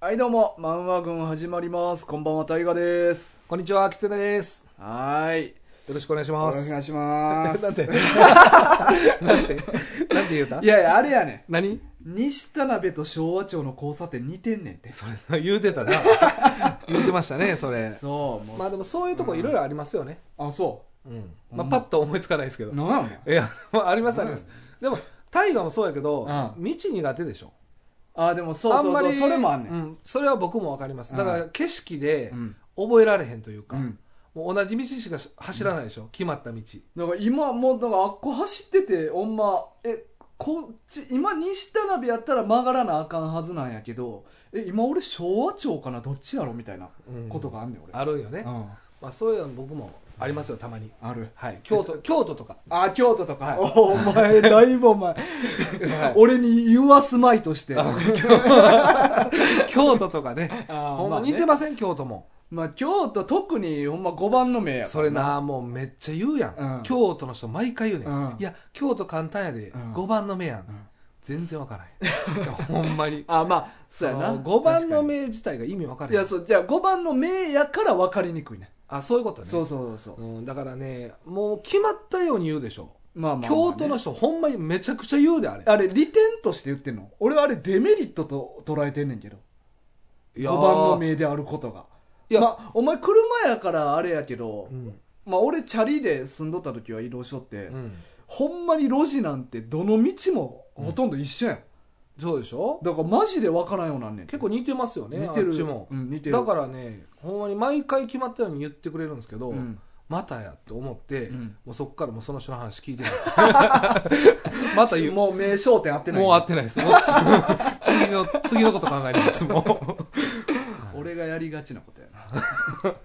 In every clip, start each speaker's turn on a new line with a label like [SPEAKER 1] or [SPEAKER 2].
[SPEAKER 1] はいどうも、マンワ軍始まります。こんばんは、タイガです。
[SPEAKER 2] こんにちは、キツネです。
[SPEAKER 1] はーい。
[SPEAKER 2] よろしくお願いし
[SPEAKER 1] お
[SPEAKER 2] ます。
[SPEAKER 1] 願いしま
[SPEAKER 2] なん
[SPEAKER 1] す。
[SPEAKER 2] てなんてなんて言うた
[SPEAKER 1] いやいや、あれやね
[SPEAKER 2] 何
[SPEAKER 1] ん。西田鍋と昭和町の交差点似てんねんて。
[SPEAKER 2] それ、言うてたな。 言うてましたね、それ。
[SPEAKER 1] そう、もう。
[SPEAKER 2] まあでもそういうとこいろいろありますよね。
[SPEAKER 1] あ、そ
[SPEAKER 2] うん。
[SPEAKER 1] ほん
[SPEAKER 2] ま
[SPEAKER 1] ま
[SPEAKER 2] あパッと思いつかないですけど
[SPEAKER 1] う。。なんやね
[SPEAKER 2] いや、まあありますあります。でも、大河もそうやけど、
[SPEAKER 1] う
[SPEAKER 2] 道苦手でしょ。
[SPEAKER 1] あ、でもそうそうそう、それもあんね。
[SPEAKER 2] うんん。それは僕もわかります。だか
[SPEAKER 1] う
[SPEAKER 2] ら景色で
[SPEAKER 1] うん。
[SPEAKER 2] 覚えられへんという
[SPEAKER 1] う
[SPEAKER 2] か、
[SPEAKER 1] ん。
[SPEAKER 2] もう同じ道しか走らないでしょ。決まった道。
[SPEAKER 1] だから今、もう、だからあっこ走ってて、ほんま、え、こっち、今、西田鍋やったら曲がらなあかんはずなんやけど、え、今俺昭和町かな、どっちやろみたいな
[SPEAKER 2] うん
[SPEAKER 1] ことがあんねん、俺。
[SPEAKER 2] あるよね。
[SPEAKER 1] うん。
[SPEAKER 2] まあそういうの僕もありますよ、たまに。
[SPEAKER 1] ある。
[SPEAKER 2] はい、京都京都とか、
[SPEAKER 1] あ、京都とか。
[SPEAKER 2] はい
[SPEAKER 1] おお前、だいぶお前、俺に言わすまいとして。
[SPEAKER 2] あ京都とかね
[SPEAKER 1] あ
[SPEAKER 2] ほん
[SPEAKER 1] ま
[SPEAKER 2] ま
[SPEAKER 1] あね
[SPEAKER 2] 似てません、京都も
[SPEAKER 1] まあ、京都、特にほんま5番の目やから
[SPEAKER 2] それ。なもうめっちゃ言うやん、
[SPEAKER 1] うん
[SPEAKER 2] 京都の人毎回言うね、
[SPEAKER 1] うん
[SPEAKER 2] ん、いや京都簡単やで、
[SPEAKER 1] うん
[SPEAKER 2] 5番の目やん、
[SPEAKER 1] ん
[SPEAKER 2] 全然わからへんいや ほんまに
[SPEAKER 1] あ、まあ、そうやな。
[SPEAKER 2] 5番の
[SPEAKER 1] 確
[SPEAKER 2] 目自体が意味わか
[SPEAKER 1] かに。
[SPEAKER 2] ら
[SPEAKER 1] いや、
[SPEAKER 2] へん
[SPEAKER 1] そう、じゃあ5番の目やから分かりにくいね。
[SPEAKER 2] あそういうことね
[SPEAKER 1] そうそうそうそう。
[SPEAKER 2] うん、だからねもう決まったように言うでしょ、
[SPEAKER 1] まあまあまあね
[SPEAKER 2] 京都の人ほんまにめちゃくちゃ言うであれ
[SPEAKER 1] あれ、利点として言ってんの俺はあれ、デメリットと捉えてんねんけど。
[SPEAKER 2] 5
[SPEAKER 1] 5番の目であることが。
[SPEAKER 2] いや、
[SPEAKER 1] まあ、お前車やからあれやけど
[SPEAKER 2] う、ん
[SPEAKER 1] まあ、俺、チャリで住んどった時は移動しとって、
[SPEAKER 2] うん、
[SPEAKER 1] ほんまに路地なんてどの道もほとんど一緒やん。
[SPEAKER 2] そうでしょ
[SPEAKER 1] だからマジで分からんようになんねん
[SPEAKER 2] 結構似てますよね
[SPEAKER 1] 似てる
[SPEAKER 2] あっちも、
[SPEAKER 1] うん似てる
[SPEAKER 2] だからねほんまに毎回決まったように言ってくれるんですけど、
[SPEAKER 1] うん
[SPEAKER 2] またやと思って、
[SPEAKER 1] うん
[SPEAKER 2] もうそこからもうその人の話聞いてないです また言うも
[SPEAKER 1] もう名焦点合って
[SPEAKER 2] う
[SPEAKER 1] ない
[SPEAKER 2] 合ってないですもう次次の次のこと考えてますも
[SPEAKER 1] 俺がやりがちなことやな、
[SPEAKER 2] う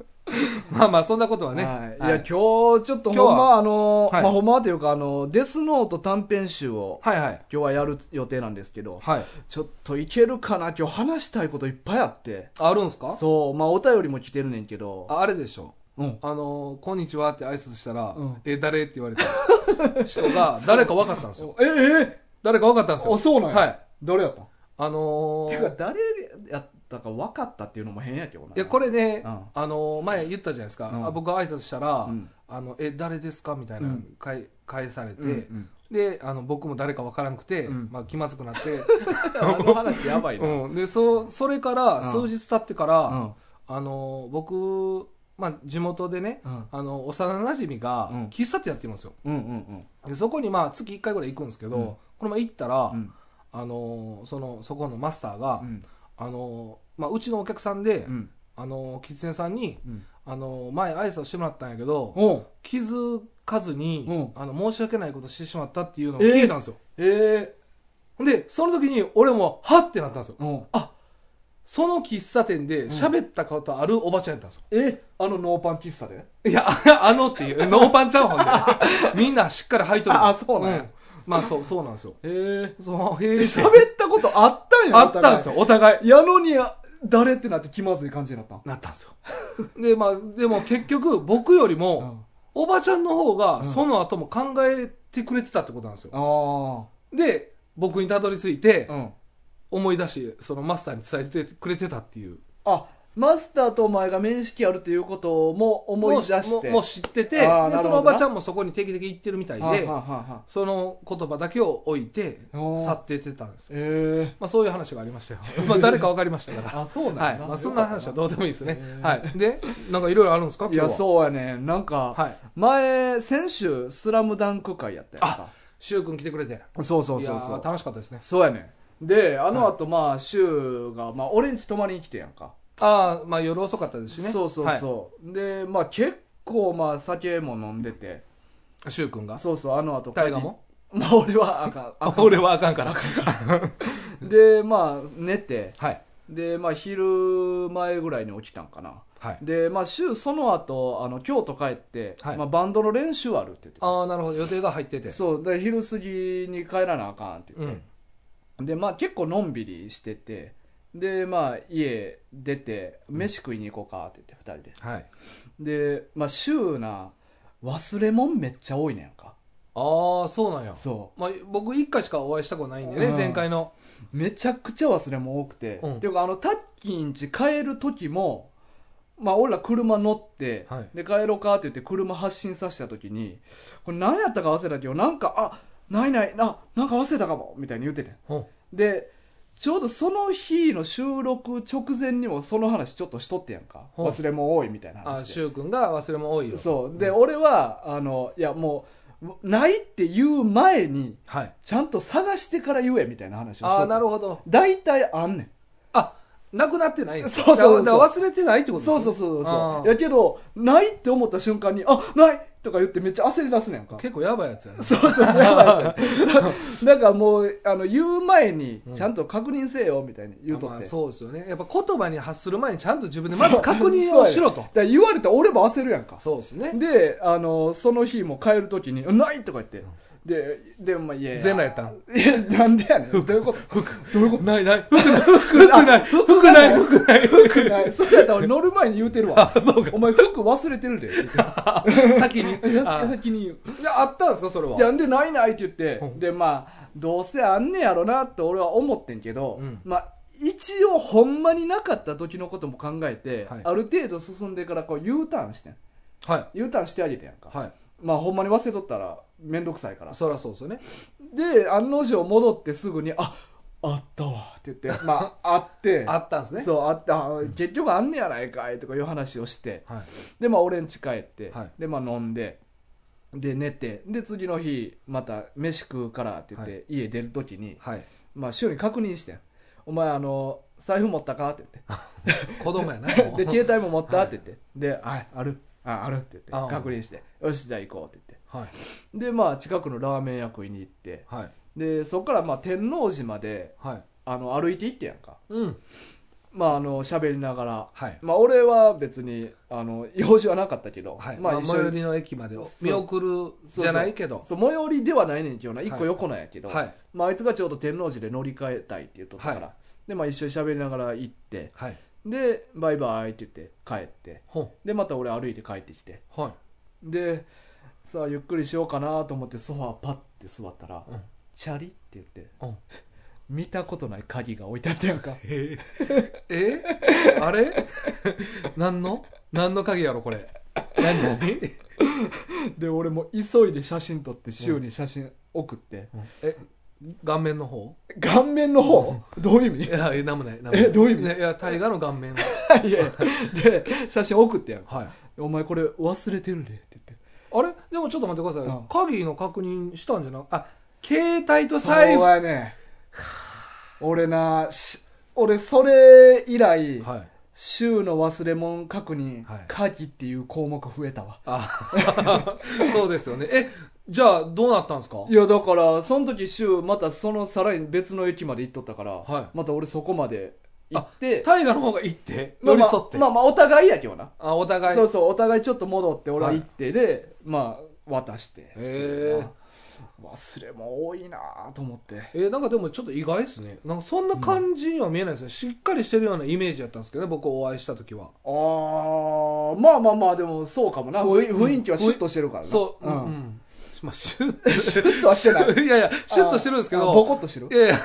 [SPEAKER 2] まあまあそんなことはね、
[SPEAKER 1] はい、い
[SPEAKER 2] は
[SPEAKER 1] や今日ちょっとほん
[SPEAKER 2] 今日
[SPEAKER 1] まあの、
[SPEAKER 2] はい
[SPEAKER 1] まあ、ほんまというかあのデスノート短編集を
[SPEAKER 2] はいはい
[SPEAKER 1] 今日はやる予定なんですけど
[SPEAKER 2] はい
[SPEAKER 1] ちょっといけるかな今日話したいこといっぱいあって
[SPEAKER 2] あるんすか
[SPEAKER 1] そうまあお便りも来てるねんけど
[SPEAKER 2] ああれでしょ
[SPEAKER 1] うん
[SPEAKER 2] あのーこんにちは」って挨拶したら「
[SPEAKER 1] うん
[SPEAKER 2] え誰?」って言われた人が誰か分かったんで すよ
[SPEAKER 1] ええ
[SPEAKER 2] 誰か分かったんです
[SPEAKER 1] あ
[SPEAKER 2] よ
[SPEAKER 1] そうなんや、
[SPEAKER 2] はい
[SPEAKER 1] 誰やったん
[SPEAKER 2] あの
[SPEAKER 1] て
[SPEAKER 2] ー
[SPEAKER 1] いうか誰やったか分かったっていうのも変やけどない
[SPEAKER 2] やこれね、
[SPEAKER 1] うん
[SPEAKER 2] あの前言ったじゃないですか、
[SPEAKER 1] うん
[SPEAKER 2] あ僕が挨拶したら「
[SPEAKER 1] うん
[SPEAKER 2] あのえ誰ですか?」みたいな、
[SPEAKER 1] うん
[SPEAKER 2] かい返されて、
[SPEAKER 1] うんうん
[SPEAKER 2] であの僕も誰かわからなくて、
[SPEAKER 1] うん
[SPEAKER 2] まあ、気まずく なって、
[SPEAKER 1] あの話やばいな、
[SPEAKER 2] うん、でそそれから
[SPEAKER 1] うん
[SPEAKER 2] 数日経ってから、
[SPEAKER 1] うん
[SPEAKER 2] あの僕、まあ、地元でね、
[SPEAKER 1] うん
[SPEAKER 2] あの幼なじみが
[SPEAKER 1] うん
[SPEAKER 2] 喫茶店やってるんですよ
[SPEAKER 1] うんうん
[SPEAKER 2] でそこにまあ月1回ぐらい行くんですけど、
[SPEAKER 1] うん
[SPEAKER 2] この前行ったら、
[SPEAKER 1] うんうん
[SPEAKER 2] あのそのそこのマスターが、
[SPEAKER 1] うん
[SPEAKER 2] あのまあ、うちのお客さんで、
[SPEAKER 1] うん
[SPEAKER 2] あの喫煙さんに「
[SPEAKER 1] うん
[SPEAKER 2] あの前挨拶してもらったんやけど
[SPEAKER 1] おう
[SPEAKER 2] 気づかずに、
[SPEAKER 1] う
[SPEAKER 2] あの申し訳ないことしてしまったっていうのを
[SPEAKER 1] えー
[SPEAKER 2] 聞いたんですよ、
[SPEAKER 1] え
[SPEAKER 2] でその時に俺もはってなったんですよ
[SPEAKER 1] えうん
[SPEAKER 2] その喫茶店で喋ったことあるおばちゃんやったんですよ、
[SPEAKER 1] えあのノーパン喫茶で
[SPEAKER 2] いや ああのっていうノーパンちゃう ほんでみんなしっかり履いとる
[SPEAKER 1] ああそうなんや
[SPEAKER 2] まあそうそうなんですよ
[SPEAKER 1] ええ
[SPEAKER 2] そうへえ
[SPEAKER 1] 喋
[SPEAKER 2] 喋
[SPEAKER 1] ったことあったんや
[SPEAKER 2] あったんですよお互い
[SPEAKER 1] お互いやのにあ誰ってなって気まずい感じになったん
[SPEAKER 2] なったんですよでまあでも結局僕よりも、
[SPEAKER 1] うん
[SPEAKER 2] おばちゃんの方
[SPEAKER 1] う
[SPEAKER 2] が
[SPEAKER 1] ん
[SPEAKER 2] その後も考えてくれてたってことなんですよ、
[SPEAKER 1] あ
[SPEAKER 2] で僕にたどり着いて、
[SPEAKER 1] あうん
[SPEAKER 2] 思い出しそのマスターに伝えてくれてたっていう
[SPEAKER 1] あマスターとお前が面識あるということも思い出し
[SPEAKER 2] も
[SPEAKER 1] て
[SPEAKER 2] うもう知ってて
[SPEAKER 1] あー
[SPEAKER 2] で
[SPEAKER 1] なるほどな
[SPEAKER 2] そのおばちゃんもそこに定期的に行ってるみたい
[SPEAKER 1] はあ
[SPEAKER 2] で
[SPEAKER 1] はあはあはあ
[SPEAKER 2] その言葉だけを置いて
[SPEAKER 1] おー
[SPEAKER 2] 去っていってたんですよ、
[SPEAKER 1] ええ
[SPEAKER 2] まあ、そういう話がありましたよ まあ誰か分かりましたから
[SPEAKER 1] あそうな
[SPEAKER 2] は
[SPEAKER 1] んや
[SPEAKER 2] いまあ、そんな話はどうでもいいですね
[SPEAKER 1] へ、ー
[SPEAKER 2] はい、でなんかいろいろあるんですか
[SPEAKER 1] い
[SPEAKER 2] 今日は
[SPEAKER 1] やそうやねなんか、
[SPEAKER 2] はい
[SPEAKER 1] 前先週「スラムダンク会やったやんか
[SPEAKER 2] しゅうくん来てくれて
[SPEAKER 1] そうそうそう
[SPEAKER 2] い
[SPEAKER 1] そ
[SPEAKER 2] や
[SPEAKER 1] う
[SPEAKER 2] ー楽しかったですね
[SPEAKER 1] そうやねんであの後まあ柊が、まあ、俺んち泊まりに来てやんか、
[SPEAKER 2] ああまあ夜遅かったですしね
[SPEAKER 1] そうそうそう、でまあ結構まあ酒も飲んでて
[SPEAKER 2] はいしゅうくんが
[SPEAKER 1] そうそうあの後
[SPEAKER 2] 大河も
[SPEAKER 1] まあ俺はあか んあかん
[SPEAKER 2] 俺はあかんから
[SPEAKER 1] でまあ寝て
[SPEAKER 2] はい
[SPEAKER 1] でまあ昼前ぐらいに起きたんかな
[SPEAKER 2] はい
[SPEAKER 1] でまあ柊その後あの京都帰って、
[SPEAKER 2] はい
[SPEAKER 1] まあ、バンドの練習あるって言って
[SPEAKER 2] ああなるほど予定が入ってて
[SPEAKER 1] そうで昼過ぎに帰らなあかんって言
[SPEAKER 2] う
[SPEAKER 1] って、
[SPEAKER 2] ん
[SPEAKER 1] でまあ結構のんびりしててでまあ家出て飯食いに行こうかって言って2人
[SPEAKER 2] はい
[SPEAKER 1] ででまあ週な忘れ物めっちゃ多いねやんか
[SPEAKER 2] あああそうなんや、
[SPEAKER 1] そ
[SPEAKER 2] まあ、僕一回しかお会いしたことないんでね、
[SPEAKER 1] うん
[SPEAKER 2] 前回の
[SPEAKER 1] うめちゃくちゃ忘れも多くて、
[SPEAKER 2] うん
[SPEAKER 1] っていうかあのタッキーんち帰る時もまあ俺ら車乗って、
[SPEAKER 2] はい
[SPEAKER 1] で帰ろうかって言って車発進させた時にこれ何やったか忘れたけどなんかあないないななんか忘れたかもみたいに言ってて
[SPEAKER 2] うん
[SPEAKER 1] でちょうどその日の収録直前にもその話ちょっとしとってやんか
[SPEAKER 2] ほう
[SPEAKER 1] 忘れも多いみたいな
[SPEAKER 2] あ
[SPEAKER 1] 話で
[SPEAKER 2] く君が忘れも多いよ
[SPEAKER 1] そうで、俺はあのいやもうないって言う前に
[SPEAKER 2] はい
[SPEAKER 1] ちゃんと探してから言えみたいな話をし
[SPEAKER 2] あ
[SPEAKER 1] と
[SPEAKER 2] あ
[SPEAKER 1] って
[SPEAKER 2] なるほど
[SPEAKER 1] 大体あんね
[SPEAKER 2] あなくなってないんで
[SPEAKER 1] そ
[SPEAKER 2] す
[SPEAKER 1] うそうそう
[SPEAKER 2] だから忘れてないってこ
[SPEAKER 1] ん
[SPEAKER 2] と
[SPEAKER 1] そうそううそう
[SPEAKER 2] あ
[SPEAKER 1] そう
[SPEAKER 2] ー
[SPEAKER 1] やけどないって思った瞬間にあないとか言ってめっちゃ焦り出すねんか
[SPEAKER 2] 結構やばいやつや ね
[SPEAKER 1] そうそうそうやばいやつだからもうあの言う前にちゃんと確認せよみたいに言うと
[SPEAKER 2] ま
[SPEAKER 1] っ
[SPEAKER 2] あ
[SPEAKER 1] て
[SPEAKER 2] そうですよねやっぱ言葉に発する前にちゃんと自分でまず確認をしろと
[SPEAKER 1] だから言われたら俺も焦るやんか
[SPEAKER 2] そうですね
[SPEAKER 1] であのその日も帰る時に「ない!」とか言ってででまあいやいや
[SPEAKER 2] 全裸やったん
[SPEAKER 1] いやなんでやねんどういうこと
[SPEAKER 2] 服
[SPEAKER 1] どういうこ
[SPEAKER 2] ないない服
[SPEAKER 1] と
[SPEAKER 2] ない服ない服ない服
[SPEAKER 1] 服ないそうやったら俺乗る前に言うてるわ
[SPEAKER 2] あそうか
[SPEAKER 1] お前服忘れてるでって言って
[SPEAKER 2] 先に
[SPEAKER 1] いや
[SPEAKER 2] あ
[SPEAKER 1] 先に言う
[SPEAKER 2] であったんですかそれは
[SPEAKER 1] じゃんでないないって言って、
[SPEAKER 2] うん
[SPEAKER 1] でまあどうせあんねやろなって俺は思ってんけど、
[SPEAKER 2] うん
[SPEAKER 1] まあ一応ほんまになかった時のことも考えて、
[SPEAKER 2] はい
[SPEAKER 1] ある程度進んでからこう U ターンしてん
[SPEAKER 2] は
[SPEAKER 1] U ターンしてあげてやんか、
[SPEAKER 2] いはい
[SPEAKER 1] まあほんまに忘れとったら面倒くさいから
[SPEAKER 2] そりゃそうですよね
[SPEAKER 1] で案の定戻ってすぐに「ああったわ」って言ってま ああって
[SPEAKER 2] あったんですね
[SPEAKER 1] そうあったあ結局あんねやないかいとかいう話をして
[SPEAKER 2] はい
[SPEAKER 1] でまあ俺ん家帰って、
[SPEAKER 2] はい
[SPEAKER 1] でまあ飲んでで寝てで次の日また飯食うからって言って、
[SPEAKER 2] は
[SPEAKER 1] 家出る時に、
[SPEAKER 2] はい
[SPEAKER 1] まあ、週に確認してんお前あの財布持ったか?」って言
[SPEAKER 2] 子供やな
[SPEAKER 1] っ
[SPEAKER 2] もう
[SPEAKER 1] て で携帯も持ったって言って、で「ああるあある」って言
[SPEAKER 2] あ
[SPEAKER 1] って確認して「よしじゃあ行こう」って言って
[SPEAKER 2] はい
[SPEAKER 1] でまあ近くのラーメン屋食いに行って
[SPEAKER 2] はい
[SPEAKER 1] でそこからまあ天王寺まで
[SPEAKER 2] はい
[SPEAKER 1] あの歩いて行ってやんか
[SPEAKER 2] うん
[SPEAKER 1] まああの喋りながら
[SPEAKER 2] はい
[SPEAKER 1] まあ俺は別にあの用事はなかったけど、
[SPEAKER 2] はい
[SPEAKER 1] ま
[SPEAKER 2] ま
[SPEAKER 1] あ
[SPEAKER 2] あ
[SPEAKER 1] 一
[SPEAKER 2] 最
[SPEAKER 1] 緒
[SPEAKER 2] 寄
[SPEAKER 1] に
[SPEAKER 2] りの駅までを
[SPEAKER 1] そう
[SPEAKER 2] 見送るじゃないけど
[SPEAKER 1] そう最寄りではないねんけどな一個
[SPEAKER 2] はい
[SPEAKER 1] 横なんやけど、
[SPEAKER 2] はい
[SPEAKER 1] まあ、あいつがちょうど天王寺で乗り換えたいって言っとったから、
[SPEAKER 2] は
[SPEAKER 1] でまあ一緒に喋りながら行って
[SPEAKER 2] はい
[SPEAKER 1] でバイバイって言って帰って
[SPEAKER 2] ほん
[SPEAKER 1] でまた俺歩いて帰ってきて
[SPEAKER 2] はい
[SPEAKER 1] でさあゆっくりしようかなと思ってソファーパッて座ったら、
[SPEAKER 2] うん
[SPEAKER 1] チャリって言って
[SPEAKER 2] うん
[SPEAKER 1] 見たことない鍵が置いてあったやんか
[SPEAKER 2] ええあれ 何の何の鍵やろこれ何何
[SPEAKER 1] で俺も急いで写真撮って週に写真送って、
[SPEAKER 2] え顔面の方
[SPEAKER 1] 顔面の方どういう意味
[SPEAKER 2] いや何もない何もな
[SPEAKER 1] えどういう意味
[SPEAKER 2] ねいや大河の顔面
[SPEAKER 1] いやいやで写真送ってやんか
[SPEAKER 2] はい
[SPEAKER 1] お前これ忘れてるでって言って
[SPEAKER 2] あれでもちょっと待ってください、
[SPEAKER 1] うん
[SPEAKER 2] 鍵の確認したんじゃなあ携帯と財布
[SPEAKER 1] そう
[SPEAKER 2] は
[SPEAKER 1] やね俺なし俺それ以来、
[SPEAKER 2] い
[SPEAKER 1] 週の忘れ物確認、
[SPEAKER 2] はい
[SPEAKER 1] 鍵っていう項目増えたわ
[SPEAKER 2] あそうですよねえじゃあどうなったんですか
[SPEAKER 1] いやだからその時週またそのさらに別の駅まで行っとったから、
[SPEAKER 2] は
[SPEAKER 1] また俺そこまで行って
[SPEAKER 2] 大河の方が行って
[SPEAKER 1] ま
[SPEAKER 2] 寄
[SPEAKER 1] あ
[SPEAKER 2] り
[SPEAKER 1] まあ
[SPEAKER 2] 添って、
[SPEAKER 1] まあまあお互いやけどな、
[SPEAKER 2] あ、お互い
[SPEAKER 1] そうそうお互いちょっと戻って俺は行ってで、まあ渡して
[SPEAKER 2] へえ
[SPEAKER 1] 忘れも多いなと思って
[SPEAKER 2] えーなんかでもちょっと意外ですねなんかそんな感じには見えないですね、しっかりしてるようなイメージやったんですけどね僕お会いした時は
[SPEAKER 1] あーまあまあまあでもそうかもな
[SPEAKER 2] そう
[SPEAKER 1] 雰囲雰囲気はシュッとしてるからな
[SPEAKER 2] そう、う
[SPEAKER 1] うんん
[SPEAKER 2] うんまあ、シュッ
[SPEAKER 1] シュッとはしてない
[SPEAKER 2] いやいや シュッとしてるんですけ
[SPEAKER 1] あ
[SPEAKER 2] ど
[SPEAKER 1] ボコッとしてる
[SPEAKER 2] いやい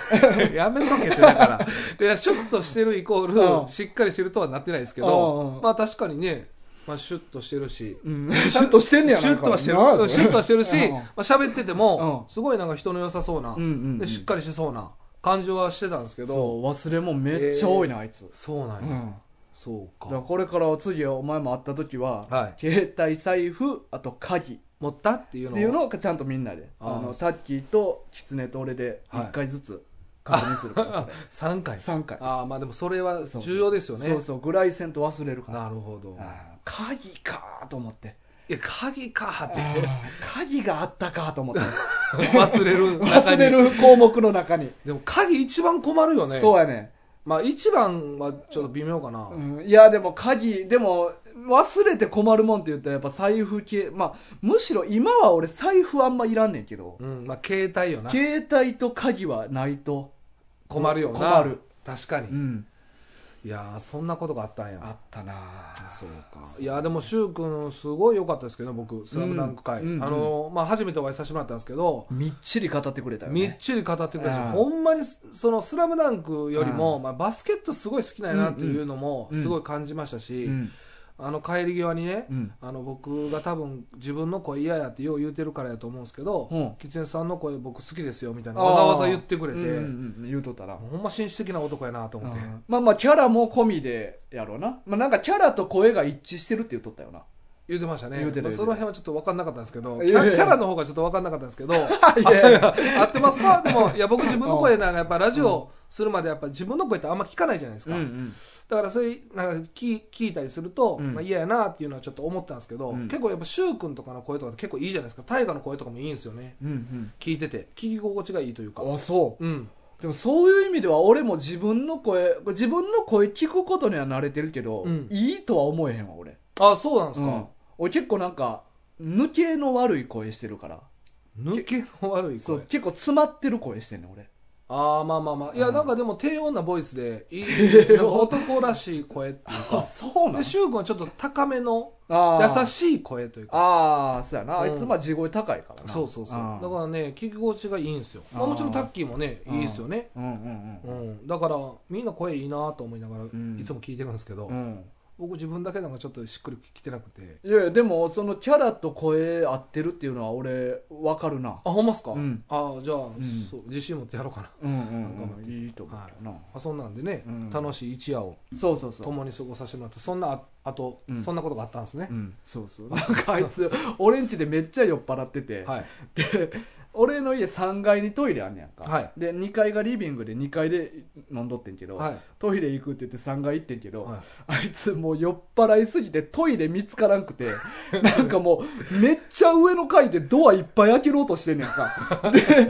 [SPEAKER 2] や、 やめとけってだから。いや、シュッとしてるイコー
[SPEAKER 1] うん
[SPEAKER 2] ル、しっかりしてるとはなってないですけ
[SPEAKER 1] うん
[SPEAKER 2] ど
[SPEAKER 1] う、ん
[SPEAKER 2] まあ確かにね、まあシュッとしてるし、
[SPEAKER 1] うんシュッとしてんねやな
[SPEAKER 2] シュッとはしてる、
[SPEAKER 1] なんか
[SPEAKER 2] うんシュッとはしてるし、
[SPEAKER 1] うん
[SPEAKER 2] まあ喋ってても
[SPEAKER 1] う、ん
[SPEAKER 2] すごいなんか人の良さそうな
[SPEAKER 1] うんうんうん、
[SPEAKER 2] でしっかりしてそうな感じはしてたんですけ
[SPEAKER 1] そ
[SPEAKER 2] ど、
[SPEAKER 1] う忘れもめっちゃ多いな、あいつ、
[SPEAKER 2] そうな
[SPEAKER 1] うんん、
[SPEAKER 2] や。
[SPEAKER 1] だ
[SPEAKER 2] そう
[SPEAKER 1] から
[SPEAKER 2] か。
[SPEAKER 1] これから次お前も会った時は、
[SPEAKER 2] はい
[SPEAKER 1] 携帯財布あと鍵
[SPEAKER 2] 持ったっていう
[SPEAKER 1] っていう
[SPEAKER 2] のを。
[SPEAKER 1] のをちゃんとみんなで
[SPEAKER 2] あー
[SPEAKER 1] あのタッキーとキツネと俺で
[SPEAKER 2] はい
[SPEAKER 1] 1回ずつ確認するから、
[SPEAKER 2] 3回。
[SPEAKER 1] 3回
[SPEAKER 2] ああ、まあでもそれは
[SPEAKER 1] そう
[SPEAKER 2] 重要ですよ
[SPEAKER 1] そう
[SPEAKER 2] ね。
[SPEAKER 1] そうぐらいせんと忘れるから
[SPEAKER 2] なるほど。
[SPEAKER 1] あー鍵かーと思って
[SPEAKER 2] いや、鍵かーっ
[SPEAKER 1] あ
[SPEAKER 2] て。
[SPEAKER 1] ー鍵があったかと思って
[SPEAKER 2] 忘れる 中
[SPEAKER 1] 忘
[SPEAKER 2] に。
[SPEAKER 1] れる項目の中に、
[SPEAKER 2] でも鍵一番困るよね。
[SPEAKER 1] そうやね、
[SPEAKER 2] まあ一番はちょっと微妙かな。
[SPEAKER 1] うん、いやでも鍵でも忘れて困るもんって言ったらやっぱ財布系まあむしろ今は俺財布あんまいらんねんけど、
[SPEAKER 2] うん、まあ携帯よな。
[SPEAKER 1] 携帯と鍵はないと
[SPEAKER 2] 困るよな。
[SPEAKER 1] 困る。
[SPEAKER 2] 確かに。
[SPEAKER 1] うん
[SPEAKER 2] いやーそんなことがあったん
[SPEAKER 1] あ
[SPEAKER 2] や
[SPEAKER 1] ったなぁ
[SPEAKER 2] そうかいやでも柊君すごい良かったですけど僕「スラムダンク会、
[SPEAKER 1] うんうん
[SPEAKER 2] あのまあ初めてお会いさせてもらったんですけど、
[SPEAKER 1] みっちり語ってくれたよ
[SPEAKER 2] みっ
[SPEAKER 1] ね
[SPEAKER 2] ちり語ってくれたし、
[SPEAKER 1] うん
[SPEAKER 2] ほんまにその「スラムダンクより
[SPEAKER 1] う
[SPEAKER 2] も、
[SPEAKER 1] ん
[SPEAKER 2] まあ、バスケットすごい好きなんやなっていうのも
[SPEAKER 1] うんうん
[SPEAKER 2] すごい感じましたし、
[SPEAKER 1] うん
[SPEAKER 2] あの帰り際にね、
[SPEAKER 1] うん
[SPEAKER 2] あの僕が多分自分の声嫌やってよう言うてるからやと思うんですけど、
[SPEAKER 1] うん
[SPEAKER 2] 喫煙さんの声僕好きですよみたいな
[SPEAKER 1] あー
[SPEAKER 2] わざわざ言ってくれて、
[SPEAKER 1] うんうんうん言うとったな
[SPEAKER 2] ほんま紳士的な男やなと思っ
[SPEAKER 1] う
[SPEAKER 2] て、
[SPEAKER 1] んまあまあキャラも込みでやろうな、まあ、なんかキャラと声が一致してるって言っとったよな
[SPEAKER 2] 言うてましたね
[SPEAKER 1] 言うてた
[SPEAKER 2] ま
[SPEAKER 1] 言うて
[SPEAKER 2] あ
[SPEAKER 1] た
[SPEAKER 2] その辺はちょっと分かんなかったんですけどキ
[SPEAKER 1] いやいや
[SPEAKER 2] ャキャラの方がちょっと分かんなかったんですけど
[SPEAKER 1] いやいや
[SPEAKER 2] 合ってますかでもいや僕自分の声なんかやっぱラジオするまでやっぱ自分の声ってあんま聞かないじゃないです
[SPEAKER 1] うん
[SPEAKER 2] か、
[SPEAKER 1] うん
[SPEAKER 2] だからそういうなんか聞聞いたりすると、
[SPEAKER 1] うん
[SPEAKER 2] まあ、嫌やなっていうのはちょっと思ったんですけど、
[SPEAKER 1] うん
[SPEAKER 2] 結構やっぱ柊君とかの声とかって結構いいじゃないですか大河の声とかもいいんですよね
[SPEAKER 1] うん
[SPEAKER 2] 聞いてて聞き心地がいいというか
[SPEAKER 1] うんあそ
[SPEAKER 2] うん
[SPEAKER 1] うでもそういう意味では俺も自分の声自分の声聞くことには慣れてるけど、
[SPEAKER 2] うん
[SPEAKER 1] いいとは思えへんわ俺、
[SPEAKER 2] あそうなんで
[SPEAKER 1] う
[SPEAKER 2] す
[SPEAKER 1] ん
[SPEAKER 2] か、、
[SPEAKER 1] 俺結構なんか抜けの悪い声してるから
[SPEAKER 2] 抜けの悪い
[SPEAKER 1] そう
[SPEAKER 2] 声
[SPEAKER 1] 結構詰まってる声してんねん俺
[SPEAKER 2] ああまあまあまあいや
[SPEAKER 1] うん
[SPEAKER 2] なんかでも低音なボイスで いい
[SPEAKER 1] 低音
[SPEAKER 2] なんか男らしい声っていう
[SPEAKER 1] あ
[SPEAKER 2] か
[SPEAKER 1] そうな
[SPEAKER 2] で
[SPEAKER 1] ん
[SPEAKER 2] 柊君はちょっと高めの
[SPEAKER 1] あー
[SPEAKER 2] 優しい声というか
[SPEAKER 1] ああそうやなあいつ
[SPEAKER 2] うん
[SPEAKER 1] まあ地声高いからな
[SPEAKER 2] そうそうそう
[SPEAKER 1] あー
[SPEAKER 2] だからね聞き心地がいいんですよ、ま
[SPEAKER 1] あ
[SPEAKER 2] あ、
[SPEAKER 1] ー
[SPEAKER 2] もちろんタッキーもねいいですよね
[SPEAKER 1] うんうん
[SPEAKER 2] う
[SPEAKER 1] うん
[SPEAKER 2] ん、だからみんな声いいなと思いながら
[SPEAKER 1] ん
[SPEAKER 2] いつも聞いてるんですけど、
[SPEAKER 1] うん
[SPEAKER 2] 僕自分だけなんかちょっとしっくりきてなくて
[SPEAKER 1] いやいやでもそのキャラと声合ってるっていうのは俺わかるな
[SPEAKER 2] あほんまっすか、
[SPEAKER 1] うん
[SPEAKER 2] あじゃあ、
[SPEAKER 1] ん
[SPEAKER 2] そう自信持ってやろうかな
[SPEAKER 1] うんうんう
[SPEAKER 2] う
[SPEAKER 1] ん
[SPEAKER 2] ん
[SPEAKER 1] いいと思うけどな、
[SPEAKER 2] あそんなんでね、
[SPEAKER 1] うん
[SPEAKER 2] 楽しい一夜を
[SPEAKER 1] そうそうそう
[SPEAKER 2] 共に過ごさせてもらってそんなああと、
[SPEAKER 1] うん
[SPEAKER 2] そんなことがあったんですね
[SPEAKER 1] う、ん、そうそうなんかあいつ俺んちでめっちゃ酔っ払ってて、
[SPEAKER 2] はい
[SPEAKER 1] で俺の家3階にトイレあんねやんか、
[SPEAKER 2] はい
[SPEAKER 1] で2階がリビングで2階で飲んどってんけど、
[SPEAKER 2] はい
[SPEAKER 1] トイレ行くって言って3階行ってんけど、
[SPEAKER 2] はい
[SPEAKER 1] あいつもう酔っ払いすぎてトイレ見つからんくて、なんかもうめっちゃ上の階でドアいっぱい開けろうとしてんねやんか。で、トイ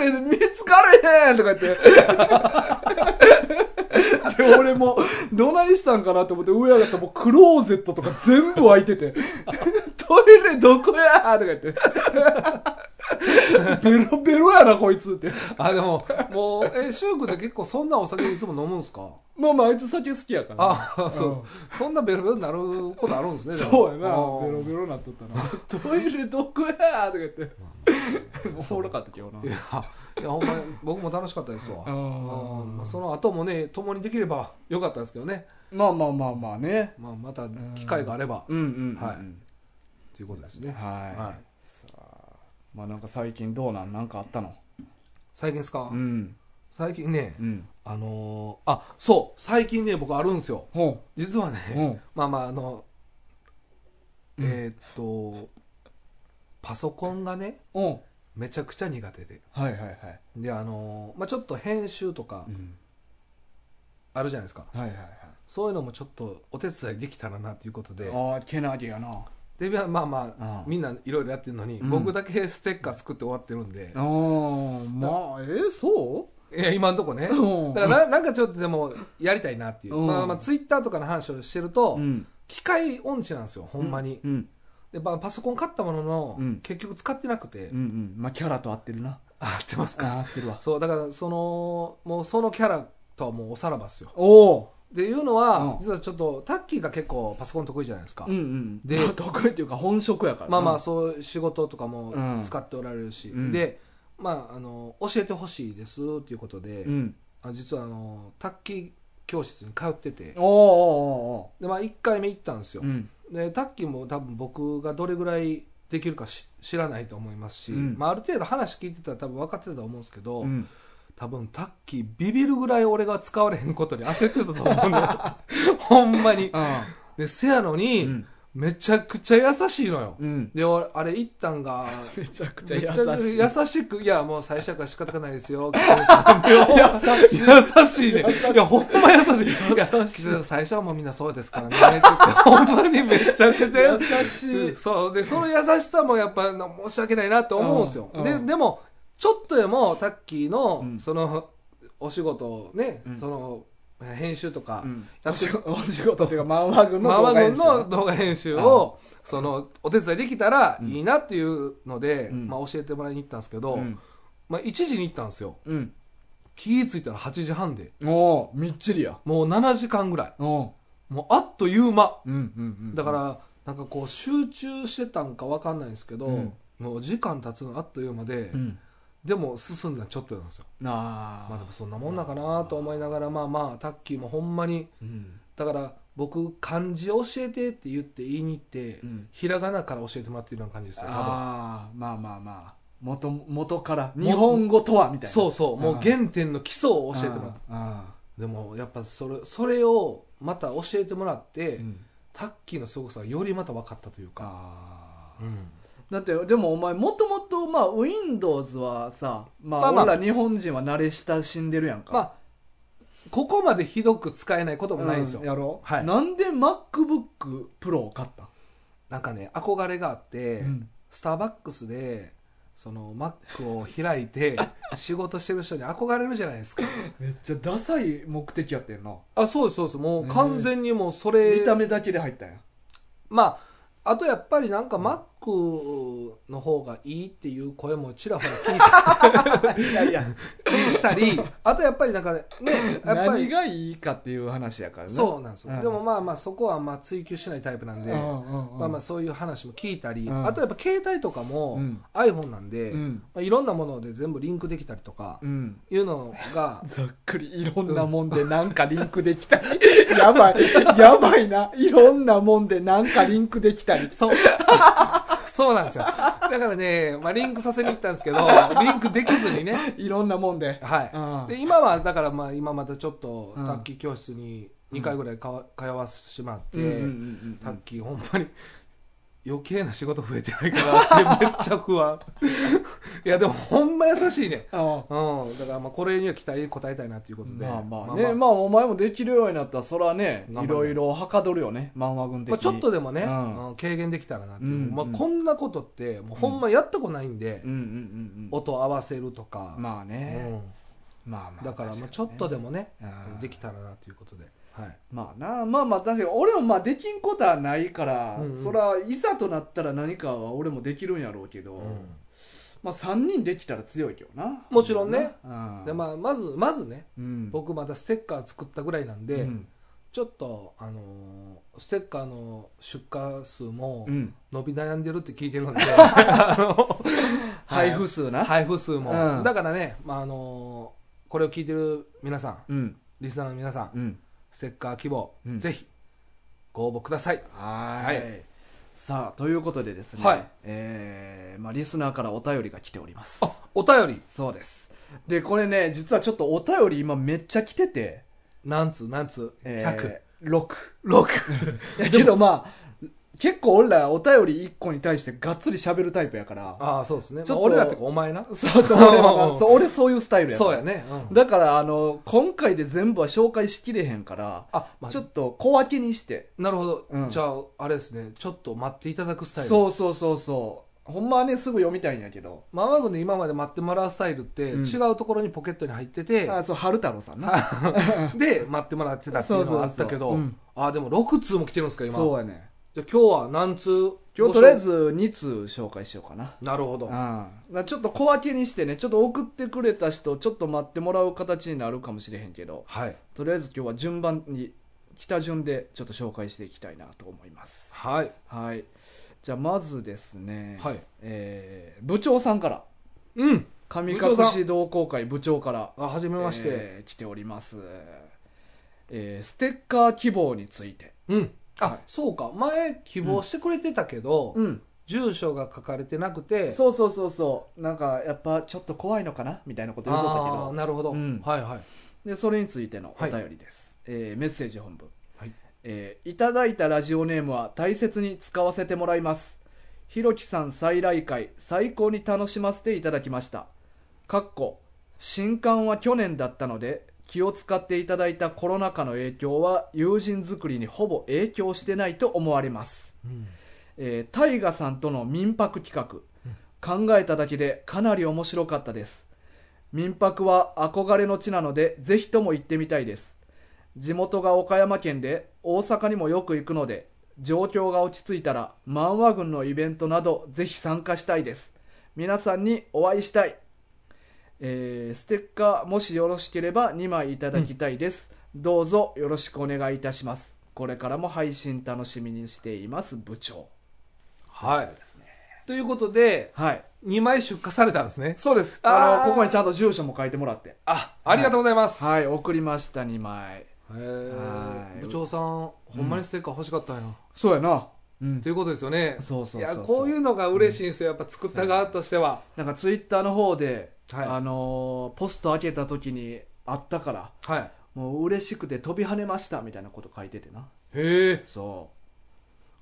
[SPEAKER 1] レで見つかれへんとか言って。で、俺もうどないしたんかなと思って上上がったらもうクローゼットとか全部開いてて、トイレどこやとか言って。ベロベロやなこいつって。
[SPEAKER 2] あでももうえシュウ君って結構そんなお酒いつも飲むんですか
[SPEAKER 1] まあまああいつ酒好きやから。
[SPEAKER 2] あそうそうそんなベロベロになることあるんですねでも
[SPEAKER 1] そうやな
[SPEAKER 2] あー
[SPEAKER 1] ベロベロなっとったな トイレどこやーとか言 っておもろかったけどない
[SPEAKER 2] やいやほんまに僕も楽しかったですわ
[SPEAKER 1] あー
[SPEAKER 2] うんまあその後もね共にできればよかったですけどね、
[SPEAKER 1] まあまあまあまあね
[SPEAKER 2] まあ、また機会があれば
[SPEAKER 1] うんうん
[SPEAKER 2] はい
[SPEAKER 1] い
[SPEAKER 2] ということですね、
[SPEAKER 1] は
[SPEAKER 2] はいい
[SPEAKER 1] さあまあなんか最近どうなんなんかあったの
[SPEAKER 2] 最近ですか、
[SPEAKER 1] うん
[SPEAKER 2] 最近ね
[SPEAKER 1] うん
[SPEAKER 2] あのーあそう最近ね僕あるんですよ
[SPEAKER 1] ほ
[SPEAKER 2] 実はね、
[SPEAKER 1] ううん
[SPEAKER 2] まあまああのえーっと、パソコンがね
[SPEAKER 1] うんはい
[SPEAKER 2] めちゃくちゃ苦手で
[SPEAKER 1] はいはい
[SPEAKER 2] であのーまあ、ちょっと編集とか
[SPEAKER 1] うん
[SPEAKER 2] あるじゃないですか、
[SPEAKER 1] はいはいはい
[SPEAKER 2] そういうのもちょっとお手伝いできたらなということで
[SPEAKER 1] ああけなげやな
[SPEAKER 2] でまあまあまあ
[SPEAKER 1] あ
[SPEAKER 2] みんないろいろやってるのに、
[SPEAKER 1] うん
[SPEAKER 2] 僕だけステッカー作って終わってるんで
[SPEAKER 1] あ、ーまあえーそ
[SPEAKER 2] いや今んとこね
[SPEAKER 1] ううん
[SPEAKER 2] だからななんかちょっとでもやりたいなっていう、
[SPEAKER 1] うん
[SPEAKER 2] まあまあツイッターとかの話をしてると、
[SPEAKER 1] うん
[SPEAKER 2] 機械音痴なんですよほんまに、
[SPEAKER 1] うん
[SPEAKER 2] でまあパソコン買ったものの、
[SPEAKER 1] うん
[SPEAKER 2] 結局使ってなくて、
[SPEAKER 1] うんうんまあキャラと合ってるな
[SPEAKER 2] あ合ってますか
[SPEAKER 1] あ合ってるわ
[SPEAKER 2] そうだからそのもうそのキャラとはもうおさらばっすよ
[SPEAKER 1] おお
[SPEAKER 2] っていうのは、
[SPEAKER 1] うん
[SPEAKER 2] 実はちょっとタッキーが結構パソコン得意じゃないですか、
[SPEAKER 1] うんうん、
[SPEAKER 2] で
[SPEAKER 1] まあ得意っていうか本職やから
[SPEAKER 2] まあまあ
[SPEAKER 1] そ
[SPEAKER 2] そういう仕事とかも
[SPEAKER 1] うん
[SPEAKER 2] 使っておられるし、
[SPEAKER 1] うん
[SPEAKER 2] でまああの教えてほしいですっていうことで、
[SPEAKER 1] うん、
[SPEAKER 2] あ実はあのタッキー教室に通ってて
[SPEAKER 1] おーお
[SPEAKER 2] でまあ1回目行ったんです
[SPEAKER 1] ーおーお
[SPEAKER 2] よ、
[SPEAKER 1] ーうん
[SPEAKER 2] でタッキーも多分僕がどれぐらいできるかし知らないと思いますし、
[SPEAKER 1] うん
[SPEAKER 2] まあ、ある程度話聞いてたら多分分かってたと思うんですけど、
[SPEAKER 1] うん
[SPEAKER 2] 多分タッキービビるぐらい俺が使われへんことに焦ってたと思うの ほんまに
[SPEAKER 1] あ
[SPEAKER 2] でせやの
[SPEAKER 1] ー
[SPEAKER 2] に、
[SPEAKER 1] うん
[SPEAKER 2] めちゃくちゃ優しいのよ、
[SPEAKER 1] うん
[SPEAKER 2] で俺あれ行ったんが
[SPEAKER 1] めちゃくちゃ
[SPEAKER 2] め
[SPEAKER 1] 優
[SPEAKER 2] ちゃ
[SPEAKER 1] しい
[SPEAKER 2] くちゃ優しくいやもう最初から仕方がないですよ吉田さん
[SPEAKER 1] 優しい
[SPEAKER 2] 優しいね。いや、ほんま優しい。
[SPEAKER 1] 優しい
[SPEAKER 2] や最初はもうみんなそうですからね。って言ってほんまにめちゃくちゃ優
[SPEAKER 1] 優しい
[SPEAKER 2] そう。で、その優しさもやっぱな申し訳ないなって思うんですよ。
[SPEAKER 1] うんう
[SPEAKER 2] で、
[SPEAKER 1] ん
[SPEAKER 2] でも、ちょっとでもタッキーの、
[SPEAKER 1] うん
[SPEAKER 2] その、お仕事をね、
[SPEAKER 1] うん
[SPEAKER 2] その、編集とか
[SPEAKER 1] う、ん
[SPEAKER 2] や
[SPEAKER 1] お
[SPEAKER 2] って
[SPEAKER 1] 仕お仕事っていうかマンワグの
[SPEAKER 2] ママ
[SPEAKER 1] 動画
[SPEAKER 2] 軍
[SPEAKER 1] 編集
[SPEAKER 2] の動画編集を、その、お手伝いできたらいいなっていうので、
[SPEAKER 1] うん
[SPEAKER 2] まあ教えてもらいに行ったんですけど、
[SPEAKER 1] うん
[SPEAKER 2] まあ1時に行ったんですよ。
[SPEAKER 1] うん
[SPEAKER 2] 気ぃついたら8時半で
[SPEAKER 1] おうみっちりや
[SPEAKER 2] もう7時間ぐらい
[SPEAKER 1] おう
[SPEAKER 2] もうあっという間
[SPEAKER 1] うんうんうん
[SPEAKER 2] だからなんかこう集中してたんかわかんないんですけど、
[SPEAKER 1] うん
[SPEAKER 2] もう時間経つのあっという間で、
[SPEAKER 1] うん
[SPEAKER 2] でも進んだのちょっとなんですよ
[SPEAKER 1] なあ
[SPEAKER 2] まあでもそんなもんだかなと思いながらまあまあタッキーもほんまに
[SPEAKER 1] うん
[SPEAKER 2] だから僕漢字教えてって言って言いに行って、
[SPEAKER 1] うん
[SPEAKER 2] ひらがなから教えてもらってるような感じですよ多
[SPEAKER 1] ああまあまあまあ元元から日本語とはみたいな
[SPEAKER 2] 分そうそうもう
[SPEAKER 1] ン
[SPEAKER 2] 原点の基礎を教えてもらって
[SPEAKER 1] あ
[SPEAKER 2] でもやっぱそれそれをまた教えてもらって、
[SPEAKER 1] ーうん
[SPEAKER 2] タッキーの凄さがよりまた分かったというか、
[SPEAKER 1] あー
[SPEAKER 2] うん
[SPEAKER 1] だってでもお前もともとまあ Windows はさま
[SPEAKER 2] ま
[SPEAKER 1] あ
[SPEAKER 2] あまあ
[SPEAKER 1] 俺ら日本人は慣れ親しんでるやんか
[SPEAKER 2] まあここまでひどく使えないこと
[SPEAKER 1] う
[SPEAKER 2] もないんですよ、
[SPEAKER 1] やろ
[SPEAKER 2] はい
[SPEAKER 1] なんで MacBookPro を買った
[SPEAKER 2] なんかね憧れがあって、
[SPEAKER 1] うん
[SPEAKER 2] スターバックスでその Mac を開いて 仕事してる人に憧れるじゃないですか
[SPEAKER 1] めっちゃダサい目的やってんな
[SPEAKER 2] あそうですそうですもう完全にもうそれ、
[SPEAKER 1] 見た目だけで入ったんや
[SPEAKER 2] まああとやっぱりなんか Mac の方がいいっていう声もちらほら聞いた
[SPEAKER 1] いやいや
[SPEAKER 2] りしたりあとやっぱりなんかねやっぱ
[SPEAKER 1] 何
[SPEAKER 2] り
[SPEAKER 1] がいいかっていう話やからね
[SPEAKER 2] そうなんですよ、
[SPEAKER 1] うん
[SPEAKER 2] でもまあまあそこはまあ追求しないタイプなんで、
[SPEAKER 1] うんうんうん
[SPEAKER 2] まあまあそういう話も聞いたり、
[SPEAKER 1] うん
[SPEAKER 2] あとやっぱ携帯とかも、
[SPEAKER 1] うん
[SPEAKER 2] iPhone なんで、
[SPEAKER 1] うん
[SPEAKER 2] まあいろんなもので全部リンクできたりとか
[SPEAKER 1] うん
[SPEAKER 2] いうの が
[SPEAKER 1] ざっくりいろんなもんでなんかリンクできたり やばいやばいないろんなもんでなんかリンクできたり
[SPEAKER 2] そう そうなんですよだからね、まあ、リンクさせに行ったんです けどリンクできずにね
[SPEAKER 1] いろんなもんで
[SPEAKER 2] はい、
[SPEAKER 1] うん
[SPEAKER 2] で今はだからまあ今またちょっと
[SPEAKER 1] うん
[SPEAKER 2] タッキー教室に2回ぐらいかわ通わせてもらって、
[SPEAKER 1] うんうんうんう
[SPEAKER 2] タ
[SPEAKER 1] ん
[SPEAKER 2] ッキーほんまに余計な仕事増えてないかなって めっちゃ不安いやでもほんま優しいね
[SPEAKER 1] あ
[SPEAKER 2] うん、だからまあこれには期待に応えたいなということで、
[SPEAKER 1] まあまあね、まあお前もできるようになったら、そらね、
[SPEAKER 2] 頑張る
[SPEAKER 1] いろいろはかどるよね、漫画軍的に。
[SPEAKER 2] まあちょっとでもね、
[SPEAKER 1] うん
[SPEAKER 2] うん軽減できたらなっていう、
[SPEAKER 1] うん
[SPEAKER 2] まあ、
[SPEAKER 1] うん
[SPEAKER 2] こんなことってもうほんまやったことないんで、
[SPEAKER 1] うんうんうん
[SPEAKER 2] 音合わせるとか、
[SPEAKER 1] うん。まあね、まあま
[SPEAKER 2] う
[SPEAKER 1] あ。
[SPEAKER 2] ん、だからまあ
[SPEAKER 1] 確
[SPEAKER 2] ちょっとでもね、
[SPEAKER 1] うん
[SPEAKER 2] できたらなということで、はい、
[SPEAKER 1] まあな、まあまあ確かに、俺もまあできんことはないから、
[SPEAKER 2] うんうん
[SPEAKER 1] そら、いざとなったら何かは俺もできるんやろうけど、まあ3人できたら強いけどな。
[SPEAKER 2] もちろんね
[SPEAKER 1] うん。
[SPEAKER 2] でまあ、まずまずね
[SPEAKER 1] うん、
[SPEAKER 2] 僕まだステッカー作ったぐらいなんで、
[SPEAKER 1] うん、
[SPEAKER 2] ちょっと、あのーステッカーの出荷数も
[SPEAKER 1] うん
[SPEAKER 2] 伸び悩んでるって聞い てるんで、あの
[SPEAKER 1] 配布数な。
[SPEAKER 2] 配布数も、
[SPEAKER 1] うん
[SPEAKER 2] だからね、まああのーこれを聞いてる皆さん
[SPEAKER 1] うん、
[SPEAKER 2] リスナーの皆さん、
[SPEAKER 1] うん。
[SPEAKER 2] ステッカー希望、
[SPEAKER 1] うん
[SPEAKER 2] ぜひご応募ください
[SPEAKER 1] は
[SPEAKER 2] は
[SPEAKER 1] ーい
[SPEAKER 2] い
[SPEAKER 1] さあということでですね、
[SPEAKER 2] はい
[SPEAKER 1] えーまあ、リスナーからお便りが来ております
[SPEAKER 2] あお便り
[SPEAKER 1] そうですでこれね実はちょっとお便り今めっちゃ来てて、
[SPEAKER 2] 何通何通
[SPEAKER 1] え
[SPEAKER 2] 106、
[SPEAKER 1] ー、6いや けどまあ結構俺らお便り1個に対してがっつり喋るタイプやから
[SPEAKER 2] ああそうですね
[SPEAKER 1] ちょ
[SPEAKER 2] ま
[SPEAKER 1] っ
[SPEAKER 2] あ
[SPEAKER 1] と
[SPEAKER 2] 俺らってかお前な
[SPEAKER 1] そうそう俺
[SPEAKER 2] うんう
[SPEAKER 1] は
[SPEAKER 2] ん
[SPEAKER 1] そう俺そういうスタイルやから
[SPEAKER 2] そうやね、うん
[SPEAKER 1] だからあの今回で全部は紹介しきれへんから
[SPEAKER 2] あ、まあ、
[SPEAKER 1] ちょっと小分けにして
[SPEAKER 2] なるほど、
[SPEAKER 1] うん
[SPEAKER 2] じゃああれですねちょっと待っていただくスタイル
[SPEAKER 1] そうそうそうそうほんまはねすぐ読みたいんやけど
[SPEAKER 2] ママ軍で今まで待ってもらうスタイルって、
[SPEAKER 1] うん
[SPEAKER 2] 違うところにポケットに入ってて、
[SPEAKER 1] あそう春太郎さんな
[SPEAKER 2] で待ってもらってたっていうのはあったけど
[SPEAKER 1] そうそうそううん
[SPEAKER 2] ああでも6通も来てるんですか今
[SPEAKER 1] そうやね
[SPEAKER 2] じゃあ今日は何通
[SPEAKER 1] 今日とりあえず2通紹介しようかな
[SPEAKER 2] なるほ
[SPEAKER 1] う
[SPEAKER 2] ど
[SPEAKER 1] ん、だからちょっと小分けにしてねちょっと送ってくれた人ちょっと待ってもらう形になるかもしれへんけど
[SPEAKER 2] はい
[SPEAKER 1] とりあえず今日は順番に来た順でちょっと紹介していきたいなと思います
[SPEAKER 2] はい
[SPEAKER 1] はいじゃあまずですね、
[SPEAKER 2] はい
[SPEAKER 1] えー部長さんから
[SPEAKER 2] うん
[SPEAKER 1] 神
[SPEAKER 2] 部長
[SPEAKER 1] 隠
[SPEAKER 2] さ
[SPEAKER 1] し同好会部長から
[SPEAKER 2] あ初めまして、
[SPEAKER 1] えー来ております、えーステッカー希望について
[SPEAKER 2] うん。あ、
[SPEAKER 1] はい
[SPEAKER 2] そうか。前、希望してくれてたけど、
[SPEAKER 1] うん
[SPEAKER 2] 住所が書かれてなくて、
[SPEAKER 1] そうそうそうそうなんかやっぱちょっと怖いのかなみたいなこと言うとったけ
[SPEAKER 2] あー
[SPEAKER 1] ど
[SPEAKER 2] なるほど、
[SPEAKER 1] うん
[SPEAKER 2] はいはい。
[SPEAKER 1] でそれについてのお便りです、えーメッセージ本文、
[SPEAKER 2] はい
[SPEAKER 1] えーいただいたラジオネームは大切に使わせてもらいますひろきさん再来会最高に楽しませていただきましたかっこ新刊は去年だったので気を使っていただいたコロナ禍の影響は友人作りにほぼ影響してないと思われますえー、タイガさんとの民泊企画、考えただけでかなり面白かったです民泊は憧れの地なのでぜひとも行ってみたいです地元が岡山県で大阪にもよく行くので状況が落ち着いたら漫画軍のイベントなどぜひ参加したいです皆さんにお会いしたいえーステッカーもしよろしければ2枚いただきたいです、どうぞよろしくお願いいたしますこれからも配信楽しみにしています部長
[SPEAKER 2] はい。ということで、
[SPEAKER 1] はい
[SPEAKER 2] 2枚出荷されたんですね。
[SPEAKER 1] そうです
[SPEAKER 2] あー
[SPEAKER 1] あのここにちゃんと住所も書いてもらって
[SPEAKER 2] あ、ありがとうございます。
[SPEAKER 1] はい送りました2枚
[SPEAKER 2] へ
[SPEAKER 1] は
[SPEAKER 2] ー
[SPEAKER 1] い
[SPEAKER 2] 部長さん、ほんまにステッカー欲しかったんや。
[SPEAKER 1] そうやなうん
[SPEAKER 2] ということですよね。
[SPEAKER 1] そうそうそうそう
[SPEAKER 2] いや、こういうのが嬉しいんですよ。やっぱ作った側としては。
[SPEAKER 1] なんかツイッターの方で、
[SPEAKER 2] はい
[SPEAKER 1] あのーポスト開けた時にあったから
[SPEAKER 2] はい。
[SPEAKER 1] もう嬉しくて飛び跳ねましたみたいなこと書いててな
[SPEAKER 2] へえ、
[SPEAKER 1] そ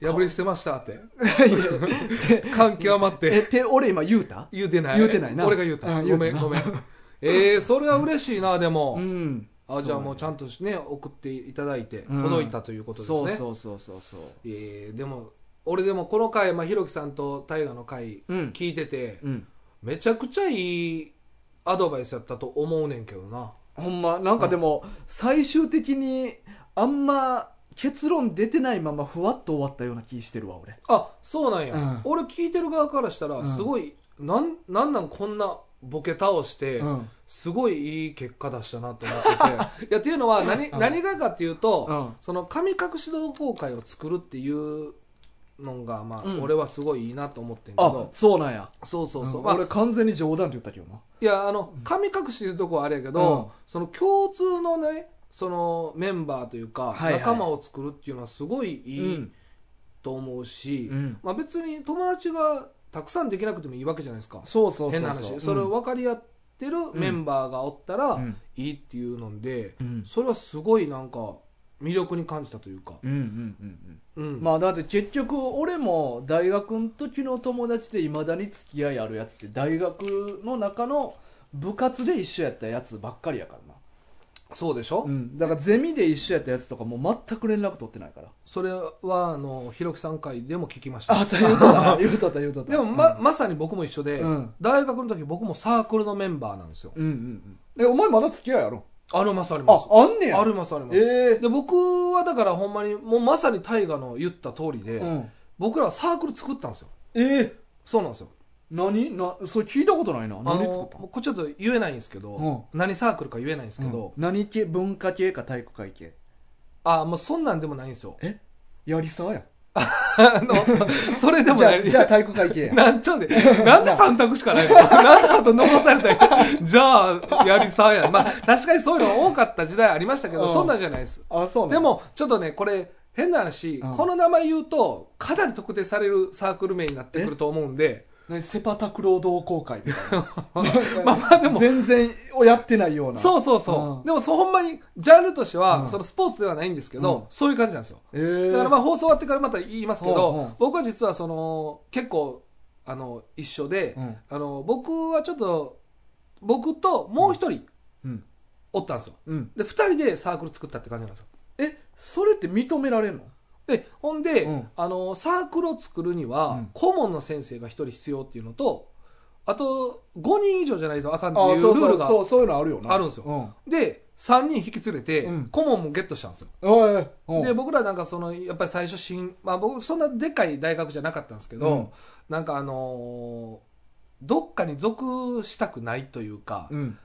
[SPEAKER 2] 破り捨てましたって。
[SPEAKER 1] ういやで
[SPEAKER 2] 感極まって
[SPEAKER 1] え。って俺今言うた
[SPEAKER 2] 言うてない
[SPEAKER 1] 言うてないな
[SPEAKER 2] 俺が言うた、
[SPEAKER 1] うん
[SPEAKER 2] ごめん
[SPEAKER 1] 言
[SPEAKER 2] ご
[SPEAKER 1] う
[SPEAKER 2] めんえー、それは嬉しいなでも、
[SPEAKER 1] うん
[SPEAKER 2] あじゃあもうちゃ
[SPEAKER 1] ん
[SPEAKER 2] んとね送っていただいて、
[SPEAKER 1] うん
[SPEAKER 2] 届いたということですね
[SPEAKER 1] そうそうそうそうそう
[SPEAKER 2] えーでも俺でもこの回、まあ、ひろきさんと大河の回
[SPEAKER 1] うん
[SPEAKER 2] 聞いてて、
[SPEAKER 1] うん
[SPEAKER 2] めちゃくちゃいいアドバイスやったと思うねんけどな
[SPEAKER 1] ほんまなんかでも、最終的にあんま結論出てないままふわっと終わったような気してるわ俺
[SPEAKER 2] あそうなんや、
[SPEAKER 1] うん
[SPEAKER 2] 俺聞いてる側からしたら
[SPEAKER 1] ん
[SPEAKER 2] すごい、なんなんなんこんなボケ倒して、
[SPEAKER 1] うん
[SPEAKER 2] すごいいい結果出したなと思って ていやっていうのは何,、
[SPEAKER 1] うん
[SPEAKER 2] 何がかっていうと、
[SPEAKER 1] うん
[SPEAKER 2] その神隠し同好会を作るっていうのが、まあ
[SPEAKER 1] うん
[SPEAKER 2] 俺はすごいいいなと思ってんけ
[SPEAKER 1] あ
[SPEAKER 2] ど
[SPEAKER 1] そうなんや
[SPEAKER 2] そうそうそう、
[SPEAKER 1] ん
[SPEAKER 2] まあ
[SPEAKER 1] 俺、完全に冗談って言ったけどない
[SPEAKER 2] やあの神隠しいうとこはあれやけど、
[SPEAKER 1] うん
[SPEAKER 2] その共通のねそのメンバーというか、
[SPEAKER 1] はいはい
[SPEAKER 2] 仲間を作るっていうのはすごいいい
[SPEAKER 1] うん
[SPEAKER 2] と思うし、
[SPEAKER 1] うん
[SPEAKER 2] まあ、別に友達がたくさんできなくてもいいわけじゃないですか
[SPEAKER 1] そうそうそうそう
[SPEAKER 2] 変な話、それを分かり合ってるメンバーがおったら、
[SPEAKER 1] うん
[SPEAKER 2] いいっていうので、
[SPEAKER 1] うん
[SPEAKER 2] それはすごいなんか魅力に感じたというか、
[SPEAKER 1] うんうんうんうん
[SPEAKER 2] うん
[SPEAKER 1] まあだって結局俺も大学の時の友達でいまだに付き合いあるやつって大学の中の部活で一緒やったやつばっかりやからな、
[SPEAKER 2] そうでしょ、
[SPEAKER 1] うん、だからゼミで一緒やったやつとかもう全く連絡取ってないから
[SPEAKER 2] それはあのひろきさん会でも聞きました
[SPEAKER 1] あそう言うとった な言うとった言うとった
[SPEAKER 2] でもま,、まさに僕も一緒で、
[SPEAKER 1] うん
[SPEAKER 2] 大学の時僕もサークルのメンバーなんですよ、
[SPEAKER 1] うんうんうんえお前まだ付き合いやろ
[SPEAKER 2] ありますありま
[SPEAKER 1] あ
[SPEAKER 2] す
[SPEAKER 1] あんねや
[SPEAKER 2] ありますあります、
[SPEAKER 1] ええ
[SPEAKER 2] で僕はだからほんまにもうまさに大河の言った通りで、
[SPEAKER 1] うん、
[SPEAKER 2] 僕らはサークル作ったんですよ
[SPEAKER 1] えー、
[SPEAKER 2] そうなんですよ
[SPEAKER 1] 何なそれ聞いたことないな
[SPEAKER 2] あの
[SPEAKER 1] 何作ったの
[SPEAKER 2] これちょっと言えないんですけど、
[SPEAKER 1] うん
[SPEAKER 2] 何サークルか言えないんですけど、
[SPEAKER 1] うん何系文化系か体育会系
[SPEAKER 2] あもうそんなんでもないんで すよ
[SPEAKER 1] えやりそうやん
[SPEAKER 2] あのそれでも
[SPEAKER 1] じゃ
[SPEAKER 2] ない
[SPEAKER 1] あじゃあ体育会系や
[SPEAKER 2] なんちょで、なんで3択し かないのなんであと残されたんやじゃあ、やりさやん。まあ、確かにそういうの多かった時代ありましたけど、
[SPEAKER 1] うん
[SPEAKER 2] そんなんじゃないです。
[SPEAKER 1] あそうなん
[SPEAKER 2] でも、ちょっとね、これ、変な話、
[SPEAKER 1] うん
[SPEAKER 2] この名前言うと、かなり特定されるサークル名になってくると思うんで、
[SPEAKER 1] 何セパタクロー同好会みたいな
[SPEAKER 2] まあまあでも
[SPEAKER 1] 全然やってないような
[SPEAKER 2] そううそうそう。
[SPEAKER 1] ん
[SPEAKER 2] でも、そうほんまに、ジャンルとしては、
[SPEAKER 1] うん
[SPEAKER 2] そのスポーツではないんですけど、
[SPEAKER 1] うん
[SPEAKER 2] そういう感じなんですよ。
[SPEAKER 1] えー、
[SPEAKER 2] だからまあ放送終わってからまた言いますけど、
[SPEAKER 1] うんうん
[SPEAKER 2] 僕は実はその結構あの一緒で、
[SPEAKER 1] うん
[SPEAKER 2] あの僕はちょっと僕ともう一人
[SPEAKER 1] うん
[SPEAKER 2] おったんですよ
[SPEAKER 1] うん
[SPEAKER 2] で二人でサークル作ったって感じなんですよ
[SPEAKER 1] えそれって認められんの
[SPEAKER 2] でほんで、
[SPEAKER 1] うん
[SPEAKER 2] あのサークルを作るに
[SPEAKER 1] う
[SPEAKER 2] は
[SPEAKER 1] ん
[SPEAKER 2] 顧問の先生が一人必要っていうのとあと5人以上じゃないとあかんっていうルールが
[SPEAKER 1] そうそういうのあるよな
[SPEAKER 2] あるんですよ
[SPEAKER 1] うん
[SPEAKER 2] で3人引き連れて、
[SPEAKER 1] うん
[SPEAKER 2] 顧問もゲットしたんですよ
[SPEAKER 1] おいおい
[SPEAKER 2] で僕らなんかそのやっぱり最初新、まあ、僕そんなでっかい大学じゃなかったんですけど、
[SPEAKER 1] うん
[SPEAKER 2] なんかあのーどっかに属したくないというか、
[SPEAKER 1] うん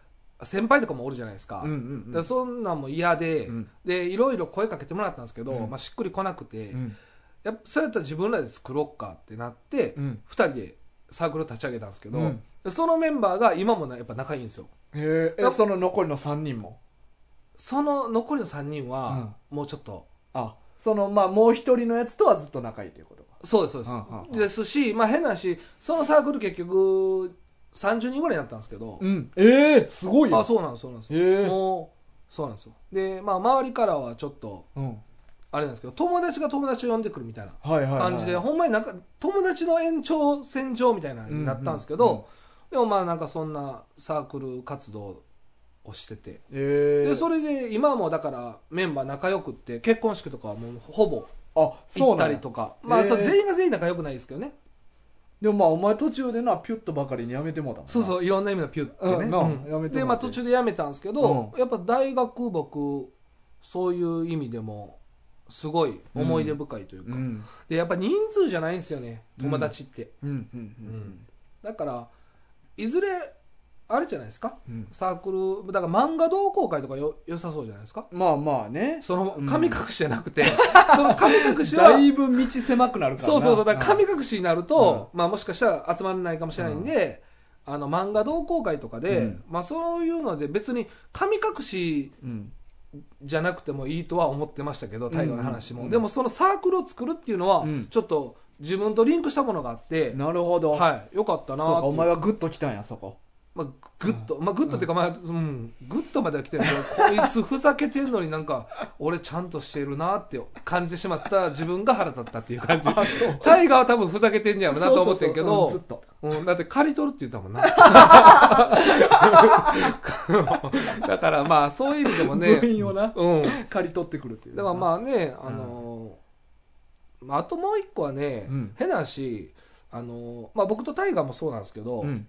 [SPEAKER 2] 先輩とかもおるじゃないですか,、
[SPEAKER 1] うんうんう
[SPEAKER 2] だ
[SPEAKER 1] ん
[SPEAKER 2] からそんなんも嫌で,、
[SPEAKER 1] うん
[SPEAKER 2] でいろいろ声かけてもらったんですけど、
[SPEAKER 1] うん
[SPEAKER 2] まあ、しっくりこなくて、
[SPEAKER 1] うん
[SPEAKER 2] やっぱそれやったら自分らで作ろっかってなって、
[SPEAKER 1] う
[SPEAKER 2] 二
[SPEAKER 1] ん
[SPEAKER 2] 2人でサークルを立ち上げたんですけど、
[SPEAKER 1] うん
[SPEAKER 2] でそのメンバーが今もなやっぱ仲いいんですよ
[SPEAKER 1] へーえ
[SPEAKER 2] だ
[SPEAKER 1] その残りの3人も
[SPEAKER 2] その残りの3人は、もうちょっと
[SPEAKER 1] あそのまあもう一人のやつとはずっと仲いいということか
[SPEAKER 2] そうですそうです、
[SPEAKER 1] うんうんうん
[SPEAKER 2] ですし、まあ、変な話そのサークル結局30人ぐらいになったんですけど、
[SPEAKER 1] うんええすごいよ
[SPEAKER 2] あそうなんですそうなんです、
[SPEAKER 1] へえ
[SPEAKER 2] もうそうなんですよで、まあ、周りからはちょっと
[SPEAKER 1] うん
[SPEAKER 2] あれなんですけど友達が友達を呼んでくるみたいな
[SPEAKER 1] はいはいはい
[SPEAKER 2] 感じで、ほんまになんか友達の延長線上みたいなのになったんですけど、
[SPEAKER 1] うんうんうん
[SPEAKER 2] でもまあなんかそんなサークル活動をしてて
[SPEAKER 1] ええ
[SPEAKER 2] でそれで今はもうだからメンバー仲良くって結婚式とかはもうほぼ
[SPEAKER 1] あ
[SPEAKER 2] 行
[SPEAKER 1] そう
[SPEAKER 2] っ
[SPEAKER 1] な
[SPEAKER 2] た
[SPEAKER 1] ん
[SPEAKER 2] り
[SPEAKER 1] や
[SPEAKER 2] とかまあ、
[SPEAKER 1] へえ
[SPEAKER 2] そう全員が全員仲良くないですけどね
[SPEAKER 1] でもまあお前途中でなピュッとばかりにやめてもうたもんな
[SPEAKER 2] そうそういろんな意味のピュってね、
[SPEAKER 1] うんなあやめてもらって
[SPEAKER 2] でまあ途中でやめたんですけど、
[SPEAKER 1] う
[SPEAKER 2] やっぱ大学僕そういう意味でもすごい思い出深いというか、
[SPEAKER 1] うん
[SPEAKER 2] でやっぱ人数じゃないんですよね友達って、
[SPEAKER 1] うんうんうん
[SPEAKER 2] だからいずれあれじゃないですか、
[SPEAKER 1] うん
[SPEAKER 2] サークルだから漫画同好会とかよ良さそうじゃないですか
[SPEAKER 1] まあまあね。
[SPEAKER 2] その
[SPEAKER 1] うん
[SPEAKER 2] 神隠しじゃな くて、その神隠しは
[SPEAKER 1] だいぶ道狭くなるからな。
[SPEAKER 2] そうそうそうだから神隠しになると、まあ、もしかしたら集まらないかもしれないんで、あの漫画同好会とかで、
[SPEAKER 1] うん
[SPEAKER 2] まあ、そういうので別に神隠し
[SPEAKER 1] うん。
[SPEAKER 2] じゃなくてもいいとは思ってましたけど大河の話
[SPEAKER 1] う
[SPEAKER 2] も、
[SPEAKER 1] んうん
[SPEAKER 2] でもそのサークルを作るっていうのは、
[SPEAKER 1] うん
[SPEAKER 2] ちょっと自分とリンクしたものがあって、
[SPEAKER 1] なるほど。
[SPEAKER 2] はい、よかったな
[SPEAKER 1] そうか、
[SPEAKER 2] ってい
[SPEAKER 1] お
[SPEAKER 2] う
[SPEAKER 1] 前はグッと来たんや、そこ。
[SPEAKER 2] まあ、グッと、まあ、グッとっていうか、まあ、うん、グッとまでは来てるけど、こいつふざけてんのになんか、俺ちゃんとしてるなって感じてしまった自分が腹立ったっていう感じ。タイガーは多分ふざけてんねやろなと思ってんけど、
[SPEAKER 1] そうそうそううんずっと。
[SPEAKER 2] うん、だって借り取るって言った もんな。だからまあ、そういう意味でも
[SPEAKER 1] 部
[SPEAKER 2] ね、
[SPEAKER 1] 員をな、
[SPEAKER 2] うん。
[SPEAKER 1] 借り取ってくるっていう。
[SPEAKER 2] だからまあね、あのーまああともう一個はね、
[SPEAKER 1] うん
[SPEAKER 2] 変な話、あのーまあ僕とタイガーもそうなんですけど、
[SPEAKER 1] うん。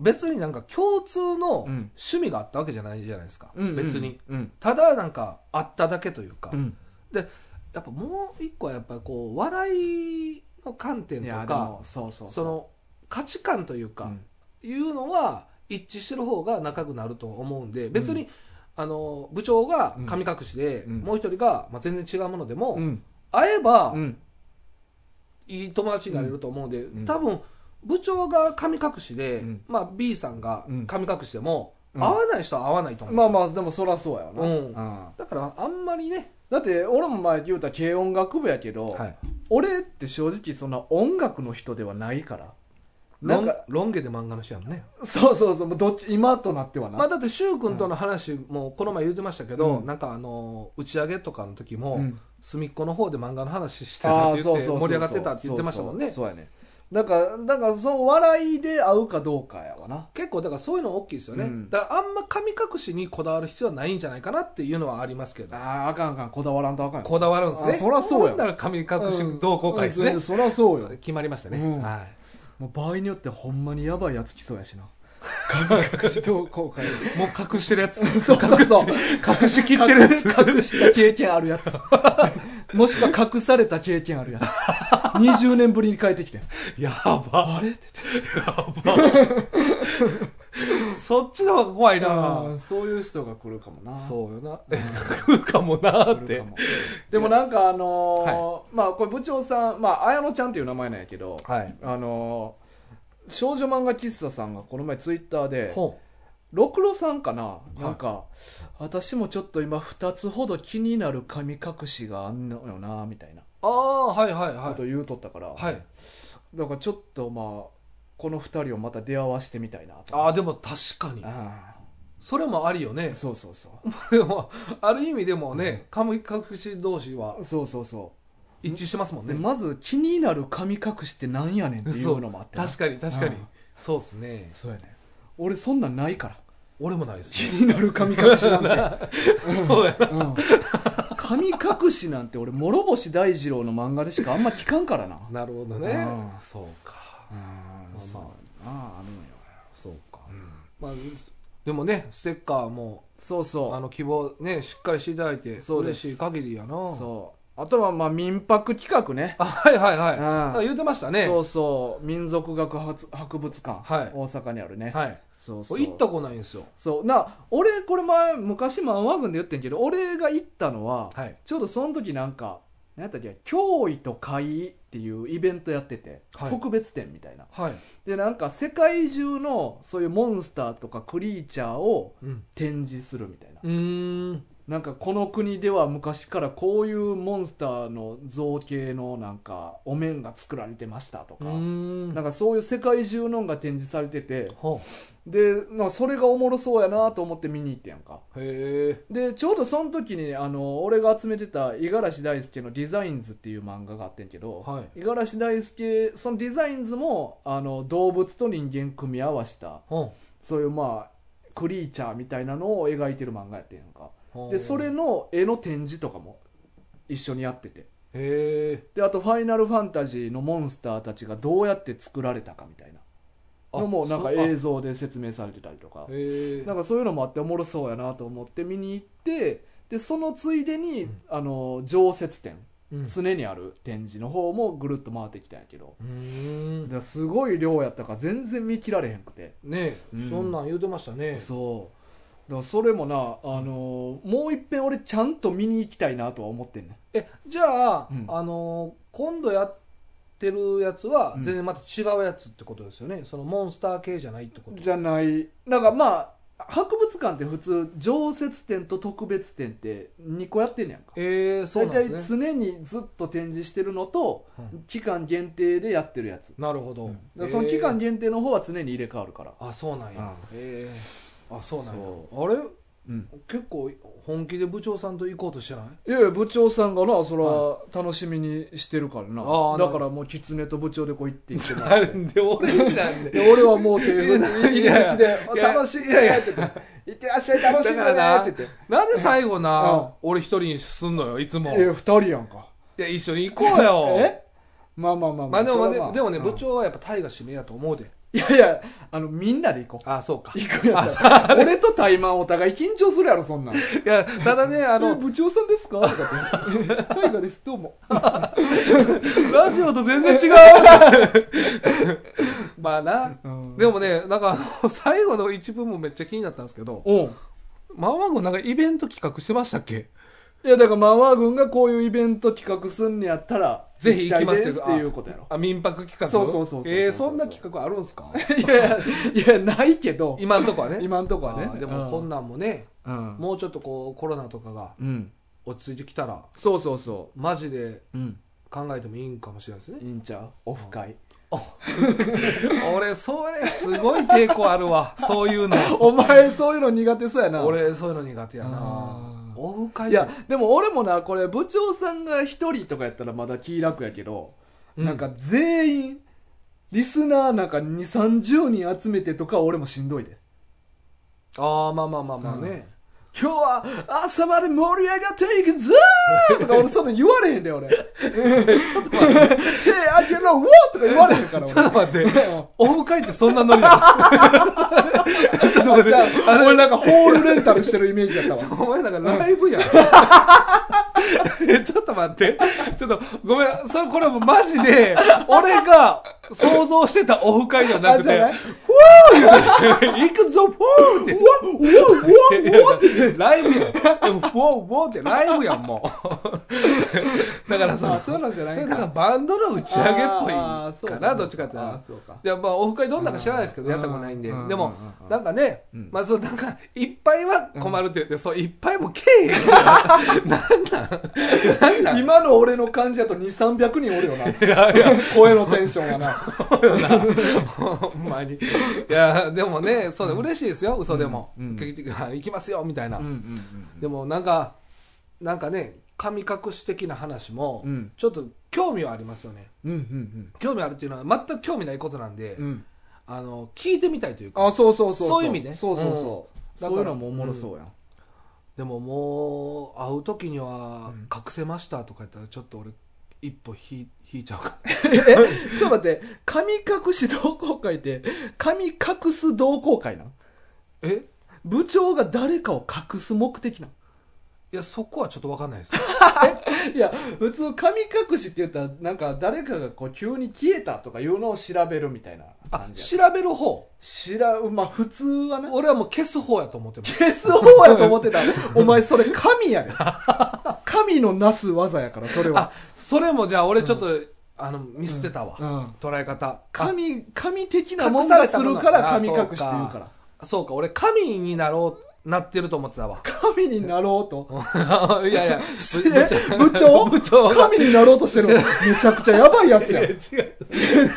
[SPEAKER 2] 別になんか共通の
[SPEAKER 1] ん
[SPEAKER 2] 趣味があったわけじゃないじゃないですか、
[SPEAKER 1] うん。
[SPEAKER 2] 別に
[SPEAKER 1] うん。
[SPEAKER 2] ただなんかあっただけというか、
[SPEAKER 1] うん。
[SPEAKER 2] でやっぱもう一個はやっぱこう笑いの観点
[SPEAKER 1] い
[SPEAKER 2] と
[SPEAKER 1] や、で
[SPEAKER 2] か
[SPEAKER 1] も、そうそう
[SPEAKER 2] その価値観という
[SPEAKER 1] う
[SPEAKER 2] か
[SPEAKER 1] ん、
[SPEAKER 2] いうのは一致してる方が仲良くなると思うんで別に、あの部長が神隠しで、
[SPEAKER 1] うん
[SPEAKER 2] もう一人が、まあ、全然違うものでも、
[SPEAKER 1] うん。
[SPEAKER 2] 会えば、
[SPEAKER 1] うん。
[SPEAKER 2] いい友達になれると思うんで、
[SPEAKER 1] うん
[SPEAKER 2] 多分部長が神隠しで、
[SPEAKER 1] うん
[SPEAKER 2] まあ、B さんが
[SPEAKER 1] うん
[SPEAKER 2] 神隠しでも、
[SPEAKER 1] うん
[SPEAKER 2] 会わない人は会わないと思うんです
[SPEAKER 1] まあ
[SPEAKER 2] よ、
[SPEAKER 1] まあ、でもそらそうやわな。
[SPEAKER 2] うん
[SPEAKER 1] ん
[SPEAKER 2] だからあんまりね、
[SPEAKER 1] だって、俺も前言うたら軽音楽部やけど、
[SPEAKER 2] はい、
[SPEAKER 1] 俺って正直そんな音楽の人ではないから。な
[SPEAKER 2] ロ
[SPEAKER 1] ん
[SPEAKER 2] ン
[SPEAKER 1] か、
[SPEAKER 2] ロン毛で漫画の人やもんね、
[SPEAKER 1] そうそうそう、もうどっち、今となってはな。
[SPEAKER 2] まあ、だって柊君との話もこの前言ってましたけど、
[SPEAKER 1] うん
[SPEAKER 2] なんかあの打ち上げとかの時も、
[SPEAKER 1] うん
[SPEAKER 2] 隅っこの方で漫画の話して
[SPEAKER 1] あ
[SPEAKER 2] たっ
[SPEAKER 1] あ
[SPEAKER 2] て
[SPEAKER 1] そ
[SPEAKER 2] 言
[SPEAKER 1] う
[SPEAKER 2] って
[SPEAKER 1] そうそう
[SPEAKER 2] 盛り上がってたって言ってましたもんね
[SPEAKER 1] そうそうそうやねだからだからその笑いで合うかどうかやわな
[SPEAKER 2] 結構だからそういうの大きいですよね、
[SPEAKER 1] うん
[SPEAKER 2] だからあんま神隠しにこだわる必要はないんじゃないかなっていうのはありますけど
[SPEAKER 1] あああかんあかんこだわらんとあかんよ
[SPEAKER 2] こだわるんですね
[SPEAKER 1] あそらそうや
[SPEAKER 2] ほんなら神隠し同好会ですね、
[SPEAKER 1] うんうんそらそうよ
[SPEAKER 2] 決まりましたね、
[SPEAKER 1] うん
[SPEAKER 2] はい
[SPEAKER 1] もう場合によってほんまにやばいやつ来そうやしな神隠し同好会
[SPEAKER 2] もう隠してるやつ
[SPEAKER 1] そうそうそう
[SPEAKER 2] 隠し隠しきってるやつ
[SPEAKER 1] 隠した経験あるやつ もしくは隠された経験あるやつ20年ぶりに帰ってきて
[SPEAKER 2] やば
[SPEAKER 1] あれって
[SPEAKER 2] そっちの方が怖い
[SPEAKER 1] あ
[SPEAKER 2] な
[SPEAKER 1] あそういう人が来るかもな
[SPEAKER 2] そうよな食うかもなっ
[SPEAKER 1] 来る
[SPEAKER 2] て
[SPEAKER 1] かも でもなんかあのーまあこれ部長さんまあ綾乃ちゃんっていう名前なんやけど、
[SPEAKER 2] はい
[SPEAKER 1] あのー少女漫画喫茶さんがこの前ツイッターで
[SPEAKER 2] 本
[SPEAKER 1] ろくろさんかな、
[SPEAKER 2] い
[SPEAKER 1] なんか私もちょっと今2つほど気になる神隠しがあんのよなみたいな
[SPEAKER 2] ああはいはい
[SPEAKER 1] こ
[SPEAKER 2] は
[SPEAKER 1] と
[SPEAKER 2] い
[SPEAKER 1] 言うとったから、
[SPEAKER 2] はい
[SPEAKER 1] だからちょっとまあこの2人をまた出会わしてみたいなと
[SPEAKER 2] ああでも確かに
[SPEAKER 1] あ
[SPEAKER 2] それもありよね
[SPEAKER 1] あそうそうそう
[SPEAKER 2] でもある意味でもね神隠し同士は
[SPEAKER 1] そうそうそ
[SPEAKER 2] 一致してますもん
[SPEAKER 1] うで
[SPEAKER 2] ね
[SPEAKER 1] まず気になる神隠しってなんやねんってい
[SPEAKER 2] そうう
[SPEAKER 1] のもあってな
[SPEAKER 2] 確かに確かに
[SPEAKER 1] うん
[SPEAKER 2] そうっすね
[SPEAKER 1] そうやね俺そんなんないから
[SPEAKER 2] 俺もないです
[SPEAKER 1] 気
[SPEAKER 2] ね
[SPEAKER 1] になる神隠しなんて、
[SPEAKER 2] そ うやな
[SPEAKER 1] うん、神隠しなんて俺諸星大二郎の漫画でしかあんま聞かんからな
[SPEAKER 2] なるほど
[SPEAKER 1] う
[SPEAKER 2] ね
[SPEAKER 1] ん
[SPEAKER 2] そうか
[SPEAKER 1] うんそうやなあるのよ
[SPEAKER 2] そうかまあでもねステッカーも
[SPEAKER 1] そうそう
[SPEAKER 2] あの希望ねしっかりしていただいて
[SPEAKER 1] そうで
[SPEAKER 2] 嬉
[SPEAKER 1] す
[SPEAKER 2] しい限りやな
[SPEAKER 1] そうあとはまあ民泊企画ね
[SPEAKER 2] あはいはいはい
[SPEAKER 1] うん
[SPEAKER 2] なんか言うてましたね
[SPEAKER 1] そうそう民族学博博物館、
[SPEAKER 2] はい
[SPEAKER 1] 大阪にあるね、
[SPEAKER 2] はい
[SPEAKER 1] そうそう
[SPEAKER 2] 行ったこないんですよ
[SPEAKER 1] そうな俺これ前昔漫画軍で言ってんけど俺が行ったのは、
[SPEAKER 2] はい
[SPEAKER 1] ちょうどその時なんか何やったっけ脅威と怪異っていうイベントやってて、
[SPEAKER 2] はい
[SPEAKER 1] 特別展みたいな
[SPEAKER 2] はい
[SPEAKER 1] でなんか世界中のそういうモンスターとかクリーチャーを
[SPEAKER 2] うん
[SPEAKER 1] 展示するみたいな、
[SPEAKER 2] うーん
[SPEAKER 1] なんかこの国では昔からこういうモンスターの造形のなんかお面が作られてましたと
[SPEAKER 2] う
[SPEAKER 1] か、
[SPEAKER 2] ーん
[SPEAKER 1] なんかそういう世界中のが展示されてて
[SPEAKER 2] ほ
[SPEAKER 1] でなんかそれがおもろそうやなと思って見に行ってんやんか
[SPEAKER 2] うへえ
[SPEAKER 1] でちょうどその時にあの俺が集めてた五十嵐大輔の「デザインズ」っていう漫画があってんけど
[SPEAKER 2] はい
[SPEAKER 1] 五十嵐大輔そのデザインズもあの動物と人間組み合わせた
[SPEAKER 2] ほ
[SPEAKER 1] そういうまあクリーチャーみたいなのを描いてる漫画やってんやんか
[SPEAKER 2] うほう
[SPEAKER 1] でそれ
[SPEAKER 2] へ
[SPEAKER 1] の絵の展示とかも一緒にやってて
[SPEAKER 2] え
[SPEAKER 1] であと「ファイナルファンタジー」のモンスターたちがどうやって作られたかみたいなのもなんか映像
[SPEAKER 2] 像
[SPEAKER 1] で説明されてたりとか
[SPEAKER 2] へえ
[SPEAKER 1] なんかそういうのもあっておもろそうやなと思って見に行ってでそのついでに、あの常設展
[SPEAKER 2] うん
[SPEAKER 1] 常にある展示の方もぐるっと回ってきたんやけど、
[SPEAKER 2] うーん
[SPEAKER 1] だからすごい量やったから全然見切られへんくて、
[SPEAKER 2] ねえ、
[SPEAKER 1] うん
[SPEAKER 2] そんなん言うてましたね
[SPEAKER 1] そうだからそれもな、あのーもういっぺん俺ちゃんと見に行きたいなとは思ってんねん
[SPEAKER 2] えじゃあ、
[SPEAKER 1] うん
[SPEAKER 2] あのー今度やってるやつは
[SPEAKER 1] うん
[SPEAKER 2] 全然また違うやつってことですよね、そのモンスター系じゃないってこと
[SPEAKER 1] じゃないなんかまあ博物館って普通常設展と特別展って2個やってんねやんか
[SPEAKER 2] えー、そう
[SPEAKER 1] 大
[SPEAKER 2] なん
[SPEAKER 1] 体
[SPEAKER 2] ですね
[SPEAKER 1] 常にずっと展示してるのと
[SPEAKER 2] うん
[SPEAKER 1] 期間限定でやってるやつ、
[SPEAKER 2] なるほど、
[SPEAKER 1] だからその期間
[SPEAKER 2] え
[SPEAKER 1] 限定の方は常に入れ替わるから、
[SPEAKER 2] ーあそうなんや、
[SPEAKER 1] うん
[SPEAKER 2] えーあそうなんや
[SPEAKER 1] そ
[SPEAKER 2] あれ
[SPEAKER 1] うん、
[SPEAKER 2] 結構本気で部長さんと行こうとしてない
[SPEAKER 1] いやいや部長さんがなそれは楽しみにしてるからな、
[SPEAKER 2] あーなる
[SPEAKER 1] だ
[SPEAKER 2] ほど
[SPEAKER 1] からもう狐と部長でこう行って行ってもら
[SPEAKER 2] な
[SPEAKER 1] って
[SPEAKER 2] んで俺なんで
[SPEAKER 1] で 俺はもう手振っ
[SPEAKER 2] い
[SPEAKER 1] て
[SPEAKER 2] や
[SPEAKER 1] 入り口で「
[SPEAKER 2] いや
[SPEAKER 1] 楽しいね」って言って「行ってらっしゃい楽しいね」
[SPEAKER 2] だからな
[SPEAKER 1] って言っ
[SPEAKER 2] なんで最後な、
[SPEAKER 1] うん
[SPEAKER 2] 俺一人にすんのよいつも
[SPEAKER 1] て「いや二
[SPEAKER 2] い
[SPEAKER 1] 人やんか」
[SPEAKER 2] や一緒に行こうよ
[SPEAKER 1] えまあまあまあ
[SPEAKER 2] まあでもまあ
[SPEAKER 1] そ
[SPEAKER 2] で
[SPEAKER 1] れは
[SPEAKER 2] もでもね、
[SPEAKER 1] うん
[SPEAKER 2] 部長はやっぱタイが締めやと思うで
[SPEAKER 1] いやいやあのみんなで行こう
[SPEAKER 2] ああそうか
[SPEAKER 1] 行くやったら俺とタイマンお互い緊張するやろそんなん
[SPEAKER 2] いやただねあ
[SPEAKER 1] あの
[SPEAKER 2] の
[SPEAKER 1] 部長さんですかとかって タイガですどうも
[SPEAKER 2] ラジオと全然違う まあなで
[SPEAKER 1] も
[SPEAKER 2] もねなんかあの最後の一文もめっちゃ気になったんですけど
[SPEAKER 1] うん
[SPEAKER 2] マンマ軍なんかイベント企画してましたっけ
[SPEAKER 1] いやだからマンワー軍がこういうイベント企画すんねやったら
[SPEAKER 2] ぜひ行きます
[SPEAKER 1] 行
[SPEAKER 2] け
[SPEAKER 1] き
[SPEAKER 2] ど
[SPEAKER 1] たいですっていうことやろ
[SPEAKER 2] あ民泊企画
[SPEAKER 1] そうそうそうそうそう
[SPEAKER 2] えー、そんな企画あるんすか
[SPEAKER 1] いやいやいやないけど
[SPEAKER 2] 今んとこはね
[SPEAKER 1] 今んとこは
[SPEAKER 2] あー
[SPEAKER 1] ね
[SPEAKER 2] でもこん
[SPEAKER 1] な
[SPEAKER 2] なんもね、
[SPEAKER 1] うん、
[SPEAKER 2] もうちょっとこうコロナとかが
[SPEAKER 1] うん、
[SPEAKER 2] 落ち着いてきたら
[SPEAKER 1] そうそうそ
[SPEAKER 2] マジで
[SPEAKER 1] ううん
[SPEAKER 2] 考えてもいいんかもしれないですね
[SPEAKER 1] いいんちゃうオフ会
[SPEAKER 2] 俺それすごい抵抗あるわそういうの
[SPEAKER 1] お前そういうの苦手そうやな
[SPEAKER 2] 俺そういうの苦手やな
[SPEAKER 1] あ
[SPEAKER 2] オフ会
[SPEAKER 1] いやでも俺もなこれ部長さんが一人とかやったらまだ気楽やけど、
[SPEAKER 2] うん
[SPEAKER 1] なんか全員リスナーなんか2 3 0人集めてとかは俺もしんどいで
[SPEAKER 2] ああまあまあまあまあね、
[SPEAKER 1] 今日は朝まで盛り上がっていくぞーとか俺そんな言われへんで 俺ちょっと待って手開けろウォーとか言われへんから
[SPEAKER 2] ちょっ
[SPEAKER 1] 俺
[SPEAKER 2] と待ってオフ会ってそんなノリだちょっと待っ
[SPEAKER 1] じ
[SPEAKER 2] て
[SPEAKER 1] ゃあ俺なんかホールレンタルしてるイメージだった わ
[SPEAKER 2] お前なんかライブ やんえちょっと待ってちょっとごめんそれこれはもうマジで俺が想像してたオフ会ではなくて
[SPEAKER 1] あじゃない
[SPEAKER 2] ふぅー行くぞふぅーって
[SPEAKER 1] うわうわ
[SPEAKER 2] いやライブやん。でも、ウォーウォーってライブやん、もう。だから
[SPEAKER 1] まあ
[SPEAKER 2] さ、
[SPEAKER 1] そうなんじゃな
[SPEAKER 2] そ
[SPEAKER 1] い
[SPEAKER 2] れ
[SPEAKER 1] か
[SPEAKER 2] だからバンドの打ち上げっぽい
[SPEAKER 1] あーそう
[SPEAKER 2] か
[SPEAKER 1] だ
[SPEAKER 2] な、
[SPEAKER 1] ね
[SPEAKER 2] どっちかっていう
[SPEAKER 1] あーそうか
[SPEAKER 2] と。いや、まあ、オフ会どんなか知らないですけど、
[SPEAKER 1] うん
[SPEAKER 2] やったことないんで。
[SPEAKER 1] うん
[SPEAKER 2] でも
[SPEAKER 1] う、ん
[SPEAKER 2] なんかね
[SPEAKER 1] うん、
[SPEAKER 2] まあ、そう、なんか、いっぱいは困るって言って、そう、いっぱいもけえへん から。なんなんなんなん
[SPEAKER 1] 今の俺の感じだと2、300人おるよな。声のテンションがな。
[SPEAKER 2] ほんまに。いや、でもね、そうだ、嬉しいですよ、嘘でも。
[SPEAKER 1] うんうん
[SPEAKER 2] 結局あ行きますよ、みたいな。
[SPEAKER 1] ん
[SPEAKER 2] でもなんかなんかね神隠し的な話も
[SPEAKER 1] うん
[SPEAKER 2] ちょっと興味はありますよね、
[SPEAKER 1] うんうんうん
[SPEAKER 2] 興味あるっていうのは全く興味ないことなんで、
[SPEAKER 1] うんうん。
[SPEAKER 2] あの聞いてみたいというか
[SPEAKER 1] あ、そうそうそう。
[SPEAKER 2] そういう意味ね
[SPEAKER 1] そうそうそう。
[SPEAKER 2] だか
[SPEAKER 1] そ
[SPEAKER 2] ら
[SPEAKER 1] ういうのもおもろそうやん。
[SPEAKER 2] でももう会う時には
[SPEAKER 1] うん
[SPEAKER 2] 隠せましたとか言ったらちょっと俺一歩引い引いちゃうか
[SPEAKER 1] え、ちょっと待って、神隠し同好会って、神隠す同好会なん
[SPEAKER 2] え
[SPEAKER 1] 部長が誰かを隠す目的なん
[SPEAKER 2] いやそこはちょっと分かん ないです
[SPEAKER 1] いや、普通神隠しって言ったら、なんか誰かがこう急に消えたとかいうのを調べるみたいな
[SPEAKER 2] あ
[SPEAKER 1] 感じや。
[SPEAKER 2] 調べる方
[SPEAKER 1] 知らん、まあ普通はな。
[SPEAKER 2] 俺はもう消す方やと 思ってます
[SPEAKER 1] 消す方やと思ってた。お前それ神やで。神のなす技やから、それ
[SPEAKER 2] あ
[SPEAKER 1] は。
[SPEAKER 2] それもじゃあ俺ちょっと、あの見捨てたわ、
[SPEAKER 1] うん
[SPEAKER 2] 捉え方
[SPEAKER 1] 神、神的なもんがするから神隠しって言うから。
[SPEAKER 2] あそうか俺神になろうなってると思って たわ
[SPEAKER 1] 神になろうと。
[SPEAKER 2] いやいや、
[SPEAKER 1] え
[SPEAKER 2] ぶ
[SPEAKER 1] 部長
[SPEAKER 2] 部長が
[SPEAKER 1] 神になろうとして るの。めちゃくちゃやばいやつ
[SPEAKER 2] い
[SPEAKER 1] や
[SPEAKER 2] や
[SPEAKER 1] ん。
[SPEAKER 2] 違
[SPEAKER 1] めっ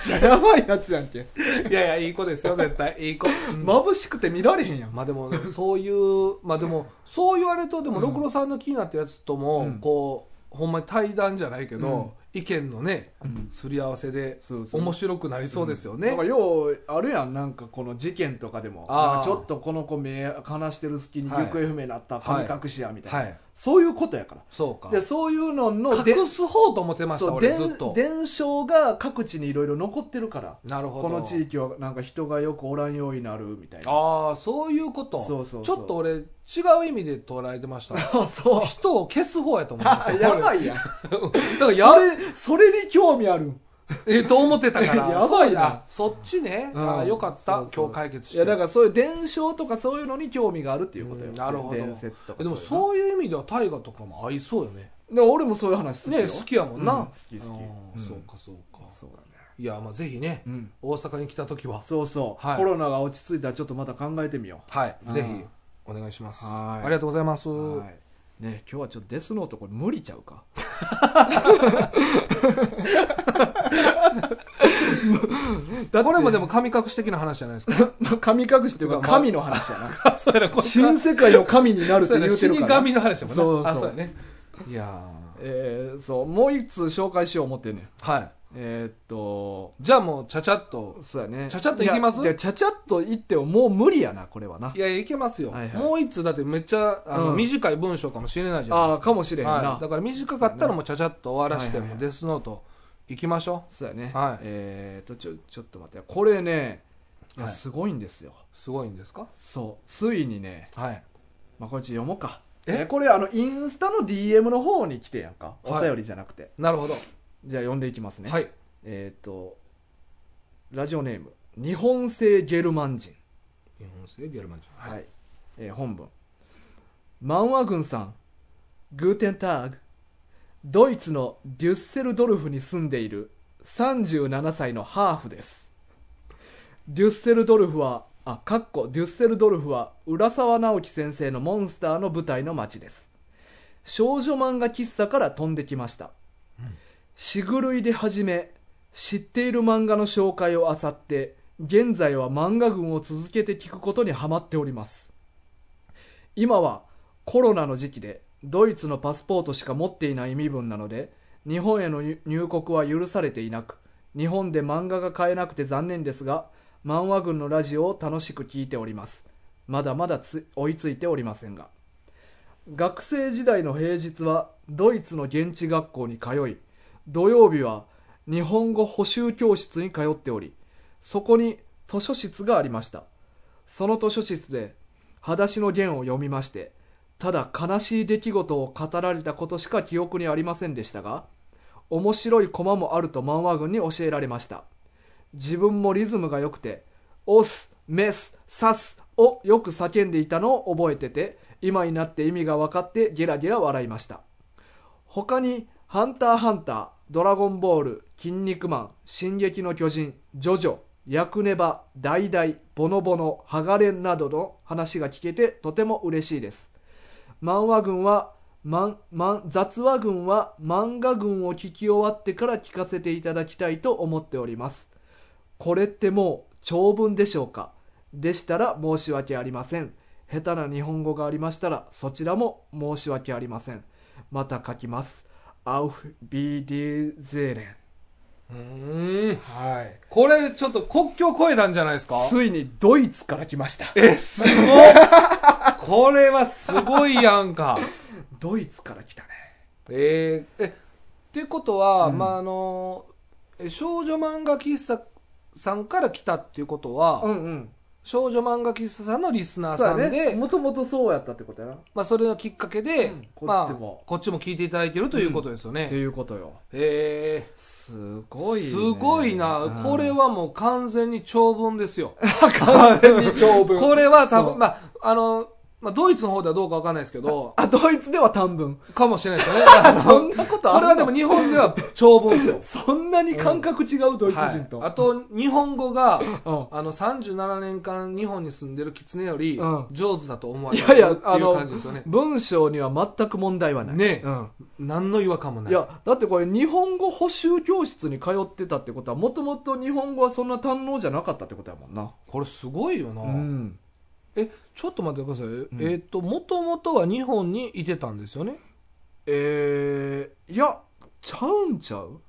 [SPEAKER 1] ちゃやばいやつやんけ。
[SPEAKER 2] う。いやいや、いい子ですよ、絶対。いい子。ま
[SPEAKER 1] 眩しくて見られへんやん。
[SPEAKER 2] あでも、そういう、まあでも、そう言われると、でも、
[SPEAKER 1] うん
[SPEAKER 2] 六郎さんの気になったやつとも、
[SPEAKER 1] うん
[SPEAKER 2] こう、ほんまに対談じゃないけど、意見のね、すり合わせで
[SPEAKER 1] そう、そう
[SPEAKER 2] 面白くなりそうですよ
[SPEAKER 1] なん
[SPEAKER 2] ね
[SPEAKER 1] か。ようあるやんなんかこの事件とかでも
[SPEAKER 2] あー
[SPEAKER 1] なんかちょっとこの子目離してる隙に行方不明になった
[SPEAKER 2] はい
[SPEAKER 1] 神隠しやみたいな、
[SPEAKER 2] はい。
[SPEAKER 1] そういうことやから
[SPEAKER 2] そうか
[SPEAKER 1] でそういうのので
[SPEAKER 2] 隠す方と思ってました
[SPEAKER 1] そう
[SPEAKER 2] 俺
[SPEAKER 1] 伝
[SPEAKER 2] ずっと
[SPEAKER 1] 伝承が各地にいろいろ残ってるから
[SPEAKER 2] なるほど
[SPEAKER 1] この地域はなんか人がよくおらんようになるみたいな
[SPEAKER 2] ああそういうこと
[SPEAKER 1] そうそうそう
[SPEAKER 2] ちょっと俺違う意味で捉えてました
[SPEAKER 1] あそう
[SPEAKER 2] 人を消す方やと思いまし
[SPEAKER 1] あ
[SPEAKER 2] た
[SPEAKER 1] やば
[SPEAKER 2] い
[SPEAKER 1] いやん
[SPEAKER 2] だから
[SPEAKER 1] そ
[SPEAKER 2] や
[SPEAKER 1] れそれに興味ある
[SPEAKER 2] えと思ってたから
[SPEAKER 1] やばいな
[SPEAKER 2] そうあそっちね、
[SPEAKER 1] うん
[SPEAKER 2] ああよかった
[SPEAKER 1] そうそう
[SPEAKER 2] 今日解決して
[SPEAKER 1] いやだからそういう伝承とかそういうのに興味があるっていうことよ、
[SPEAKER 2] うんなるほど
[SPEAKER 1] 伝説とか
[SPEAKER 2] でも
[SPEAKER 1] うい
[SPEAKER 2] そういう意味では大河とかも合いそうよね
[SPEAKER 1] うのでも俺もそういう話好きよ
[SPEAKER 2] ね好きやもんな、
[SPEAKER 1] うん好き好き
[SPEAKER 2] あ
[SPEAKER 1] う
[SPEAKER 2] ー
[SPEAKER 1] ん
[SPEAKER 2] そうかそうか
[SPEAKER 1] そうだね
[SPEAKER 2] いやまあぜひね、
[SPEAKER 1] うん
[SPEAKER 2] 大阪に来た時は
[SPEAKER 1] そうそう、
[SPEAKER 2] はい
[SPEAKER 1] コロナが落ち着いたらちょっとまた考えてみよ
[SPEAKER 2] はい
[SPEAKER 1] うん
[SPEAKER 2] ぜひお願いします
[SPEAKER 1] は
[SPEAKER 2] あ
[SPEAKER 1] い
[SPEAKER 2] りがとうございます
[SPEAKER 1] う、はいね、今日はちょっとデスノートこれ無理ちゃうか
[SPEAKER 2] これもでも神隠し的な話じゃないですか
[SPEAKER 1] 神隠しというか
[SPEAKER 2] まあ
[SPEAKER 1] 神の話やな
[SPEAKER 2] そうやなこれ
[SPEAKER 1] 新世界の神になるって
[SPEAKER 2] そう
[SPEAKER 1] 言
[SPEAKER 2] やな
[SPEAKER 1] うて
[SPEAKER 2] 死
[SPEAKER 1] るから
[SPEAKER 2] 神の話やもんな
[SPEAKER 1] そうそう
[SPEAKER 2] あそうやねいやー
[SPEAKER 1] えーそうもう一通紹介しよう思ってんねん
[SPEAKER 2] はい
[SPEAKER 1] えーっと
[SPEAKER 2] じゃあもうちゃちゃっと
[SPEAKER 1] そうやね
[SPEAKER 2] ちゃちゃっといきます
[SPEAKER 1] ややちゃちゃっといってももう無理やなこれはない
[SPEAKER 2] やいやいけますよ、
[SPEAKER 1] はいはい
[SPEAKER 2] もう一通だってめっちゃあの、
[SPEAKER 1] うん
[SPEAKER 2] 短い文章かもしれないじゃない
[SPEAKER 1] あ
[SPEAKER 2] で
[SPEAKER 1] あ
[SPEAKER 2] す
[SPEAKER 1] ー
[SPEAKER 2] か
[SPEAKER 1] かもしれへんな、
[SPEAKER 2] はい、だから短かったらもうちゃちゃっと終わらし
[SPEAKER 1] は
[SPEAKER 2] て、
[SPEAKER 1] いはいはい
[SPEAKER 2] もうデスノート行きましょう
[SPEAKER 1] そうやね、
[SPEAKER 2] はい
[SPEAKER 1] えー、とちょちょっと待ってよこれねいや
[SPEAKER 2] はい
[SPEAKER 1] すごいんですよ、
[SPEAKER 2] すごいんですか
[SPEAKER 1] そうついにね、
[SPEAKER 2] はい
[SPEAKER 1] まあ、これちょっと読もうか
[SPEAKER 2] え
[SPEAKER 1] えこれあのインスタの DM の方に来てやんかお
[SPEAKER 2] はい
[SPEAKER 1] 便りじゃなくて、
[SPEAKER 2] なるほど、
[SPEAKER 1] じゃあ読んでいきますね、
[SPEAKER 2] はい
[SPEAKER 1] えっ、とラジオネーム日本製ゲルマン人
[SPEAKER 2] 日本製ゲルマンじゃん
[SPEAKER 1] はい、えー本文マンワ軍さんグーテンターグドイツのデュッセルドルフに住んでいる37歳のハーフですデュッセルドルフはあかっこデュッセルドルフは浦沢直樹先生のモンスターの舞台の街です少女漫画喫茶から飛んできましたしぐるいで始め知っている漫画の紹介をあさって現在は漫画群を続けて聞くことにハマっております今はコロナの時期でドイツのパスポートしか持っていない身分なので日本への入入国は許されていなく日本で漫画が買えなくて残念ですが漫画群のラジオを楽しく聞いておりますまだまだつ追いついておりませんが学生時代の平日はドイツの現地学校に通い土曜日は日本語補習教室に通っておりそこに図書室がありましたその図書室で「裸足の弦」を読みましてただ悲しい出来事を語られたことしか記憶にありませんでしたが面白いコマもあると漫画軍に教えられました自分もリズムが良くて「オス」「メス」「サス」をよく叫んでいたのを覚えてて今になって意味が分かってゲラゲラ笑いました他に「ハンターハンター」「ドラゴンボール」「筋肉マン」「進撃の巨人」「ジョジョ」「ヤクネバ」「ダイダイ」「ボノボノ」「ハガレン」などの話が聞けてとても嬉しいです漫画軍はマンマン雑話軍は漫画軍を聞き終わってから聞かせていただきたいと思っておりますこれってもう長文でしょうかでしたら申し訳ありません下手な日本語がありましたらそちらも申し訳ありませんまた書きますアウフ・ビーディ・ゼーレン
[SPEAKER 2] うーん
[SPEAKER 1] はい
[SPEAKER 2] これちょっと国境越えたんじゃないですか
[SPEAKER 1] ついにドイツから来ました
[SPEAKER 2] えすごっこれはすごいやんか
[SPEAKER 1] ドイツから来たね
[SPEAKER 2] えー、えってことは、
[SPEAKER 1] うん
[SPEAKER 2] まああのえ少女漫画喫茶さんから来たっていうことは、
[SPEAKER 1] うんうん
[SPEAKER 2] 少女漫画喫茶さんのリスナー
[SPEAKER 1] そう
[SPEAKER 2] さ
[SPEAKER 1] や
[SPEAKER 2] んで
[SPEAKER 1] ねもともとそうやったってことやな
[SPEAKER 2] まあ、それのきっかけで、
[SPEAKER 1] うんこっちも
[SPEAKER 2] まあ、こっちも聞いていただいてるということですよね、
[SPEAKER 1] っていうことよ
[SPEAKER 2] えー
[SPEAKER 1] すごいね、
[SPEAKER 2] すごいな、
[SPEAKER 1] うん
[SPEAKER 2] これはもう完全に長文ですよ
[SPEAKER 1] 完全に長 文
[SPEAKER 2] これは多
[SPEAKER 1] そう
[SPEAKER 2] 分まああのまあ、ドイツの方ではどうかわかんないです けど、
[SPEAKER 1] あドイツでは短 文
[SPEAKER 2] かもしれないですよね。あの
[SPEAKER 1] そんなことあ
[SPEAKER 2] これ
[SPEAKER 1] る。
[SPEAKER 2] はでも日本では長文ですよ
[SPEAKER 1] そんなに感覚違 うドイツ人と、
[SPEAKER 2] はいあと、日本語が、
[SPEAKER 1] うん
[SPEAKER 2] あの、37年間日本に住んでる狐より
[SPEAKER 1] うん、
[SPEAKER 2] 上手だと思わ
[SPEAKER 1] い
[SPEAKER 2] れるって
[SPEAKER 1] やい
[SPEAKER 2] いう
[SPEAKER 1] やあの
[SPEAKER 2] 感じですよね。
[SPEAKER 1] 文章には全く問題はない
[SPEAKER 2] ね
[SPEAKER 1] うん
[SPEAKER 2] 何の違和感もない
[SPEAKER 1] い。やだってこれ日本語補習教室に通ってたってことはもともと日本語はそんな堪能じゃなかったってことやもんな
[SPEAKER 2] これすごいよな。
[SPEAKER 1] うん
[SPEAKER 2] え、ちょっと待ってください。えっと、もともとは日本にいてたんですよね。
[SPEAKER 1] えー、いやちゃうんちゃう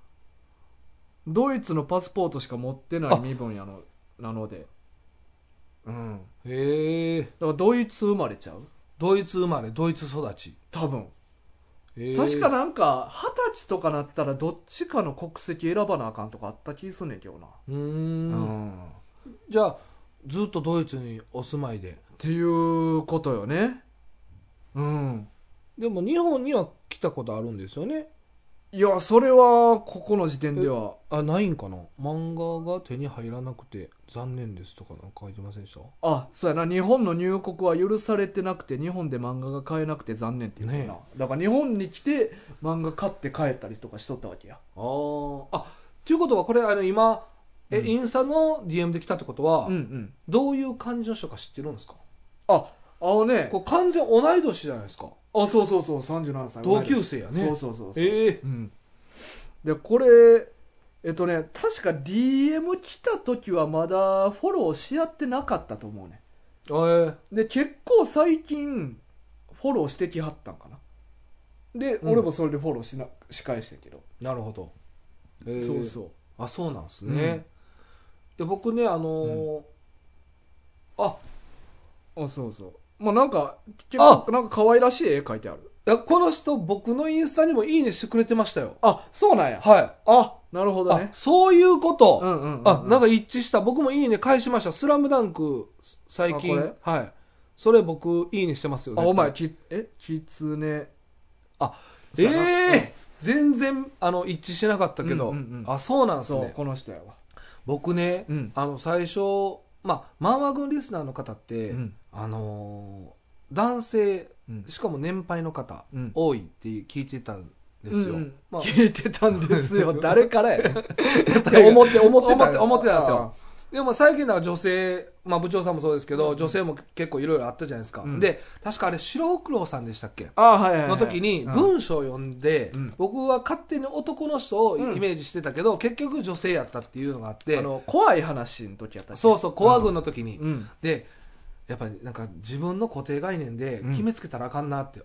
[SPEAKER 1] ドイツのパスポートしか持ってない身分やのなのでうん
[SPEAKER 2] へえ。
[SPEAKER 1] だからドイツ生まれちゃう
[SPEAKER 2] ドイツ生まれ、ドイツ育ち。
[SPEAKER 1] 多分確か
[SPEAKER 2] な
[SPEAKER 1] なんか、二十歳とかなったらどっちかの国籍選ばなあかんとかあった気すんねんけどな。
[SPEAKER 2] うー
[SPEAKER 1] うんん。っ
[SPEAKER 2] じゃあずっとドイツにお住まいで
[SPEAKER 1] ていうことよね。うん。
[SPEAKER 2] でも日本には来たことあるんですよね
[SPEAKER 1] いや、それは、ここの時点では。
[SPEAKER 2] あないんかな漫画が手に入らなくて残念ですとかなんか書いてませんでし
[SPEAKER 1] あ、そうやな。日本の入国は許されてなくて、日本で漫画が買えなくて残念って言うもんな。
[SPEAKER 2] ね
[SPEAKER 1] だから日本に来て、漫画買って帰ったりとかしとったわけや。
[SPEAKER 2] たああということはこれあの今え、
[SPEAKER 1] うん
[SPEAKER 2] インスタの DM で来たってことは、
[SPEAKER 1] うんうん。
[SPEAKER 2] どういう感じの人か知ってるんですか
[SPEAKER 1] あ、あのね、
[SPEAKER 2] これ完全同い年じゃないですか
[SPEAKER 1] あ、そうそうそう、37歳。
[SPEAKER 2] 同級生やね
[SPEAKER 1] そうそうそうそう。
[SPEAKER 2] ええ
[SPEAKER 1] うん、でこれえっとね確か DM 来た時はまだフォローし合ってなかったと思うね
[SPEAKER 2] あえ
[SPEAKER 1] で結構最近フォローしてきはったんかなで、
[SPEAKER 2] うん
[SPEAKER 1] 俺もそれでフォローしなし返してんけど、
[SPEAKER 2] ーなるほど、えー
[SPEAKER 1] そうそう
[SPEAKER 2] あそうなんです
[SPEAKER 1] うん
[SPEAKER 2] ね、で僕ねあのーあ
[SPEAKER 1] あそうそうまあなんか結
[SPEAKER 2] あ
[SPEAKER 1] 構なんか可愛らしい絵描いてある
[SPEAKER 2] いやこの人僕のインスタにも「いいね」してくれてましたよ
[SPEAKER 1] あそうなんや
[SPEAKER 2] はい
[SPEAKER 1] あなるほど
[SPEAKER 2] あ
[SPEAKER 1] ね
[SPEAKER 2] そういうこと、
[SPEAKER 1] うんうんうん、うん、
[SPEAKER 2] あなんか一致した僕も「いいね」返しました「スラムダンク最近
[SPEAKER 1] あこ
[SPEAKER 2] はいそれ僕「いいね」してますよ
[SPEAKER 1] あ
[SPEAKER 2] 絶対
[SPEAKER 1] お前きえきつね
[SPEAKER 2] ええ全然あの一致してなかったけど、
[SPEAKER 1] うんうんうん
[SPEAKER 2] あそうなんです
[SPEAKER 1] そう
[SPEAKER 2] ね
[SPEAKER 1] この人やわ
[SPEAKER 2] 僕ね、
[SPEAKER 1] うん
[SPEAKER 2] あの最初まあ漫画軍リスナーの方って、
[SPEAKER 1] うん
[SPEAKER 2] あのー男性
[SPEAKER 1] うん
[SPEAKER 2] しかも年配の方、
[SPEAKER 1] うん
[SPEAKER 2] 多いって聞いてたんですよ、
[SPEAKER 1] うんうん
[SPEAKER 2] まあ、
[SPEAKER 1] 聞いてたんです よ誰からやねんって思って思ってたよ
[SPEAKER 2] 思って思ってたんですよでも最近なんか女性、まあ、部長さんもそうですけど、女性も結構いろいろあったじゃないですか、
[SPEAKER 1] うん
[SPEAKER 2] で確かあれ白黒さんでしたっけ
[SPEAKER 1] ああはいはいはい
[SPEAKER 2] の時に
[SPEAKER 1] うん
[SPEAKER 2] 文章を読んで、
[SPEAKER 1] うん
[SPEAKER 2] 僕は勝手に男の人をイメージしてたけど、結局女性やったっていうのがあって
[SPEAKER 1] あの怖い話の時やったっけ
[SPEAKER 2] そうそうコア軍の時に、
[SPEAKER 1] うん
[SPEAKER 2] でやっぱりなんか自分の固定概念で
[SPEAKER 1] うん
[SPEAKER 2] 決めつけたらあかんなって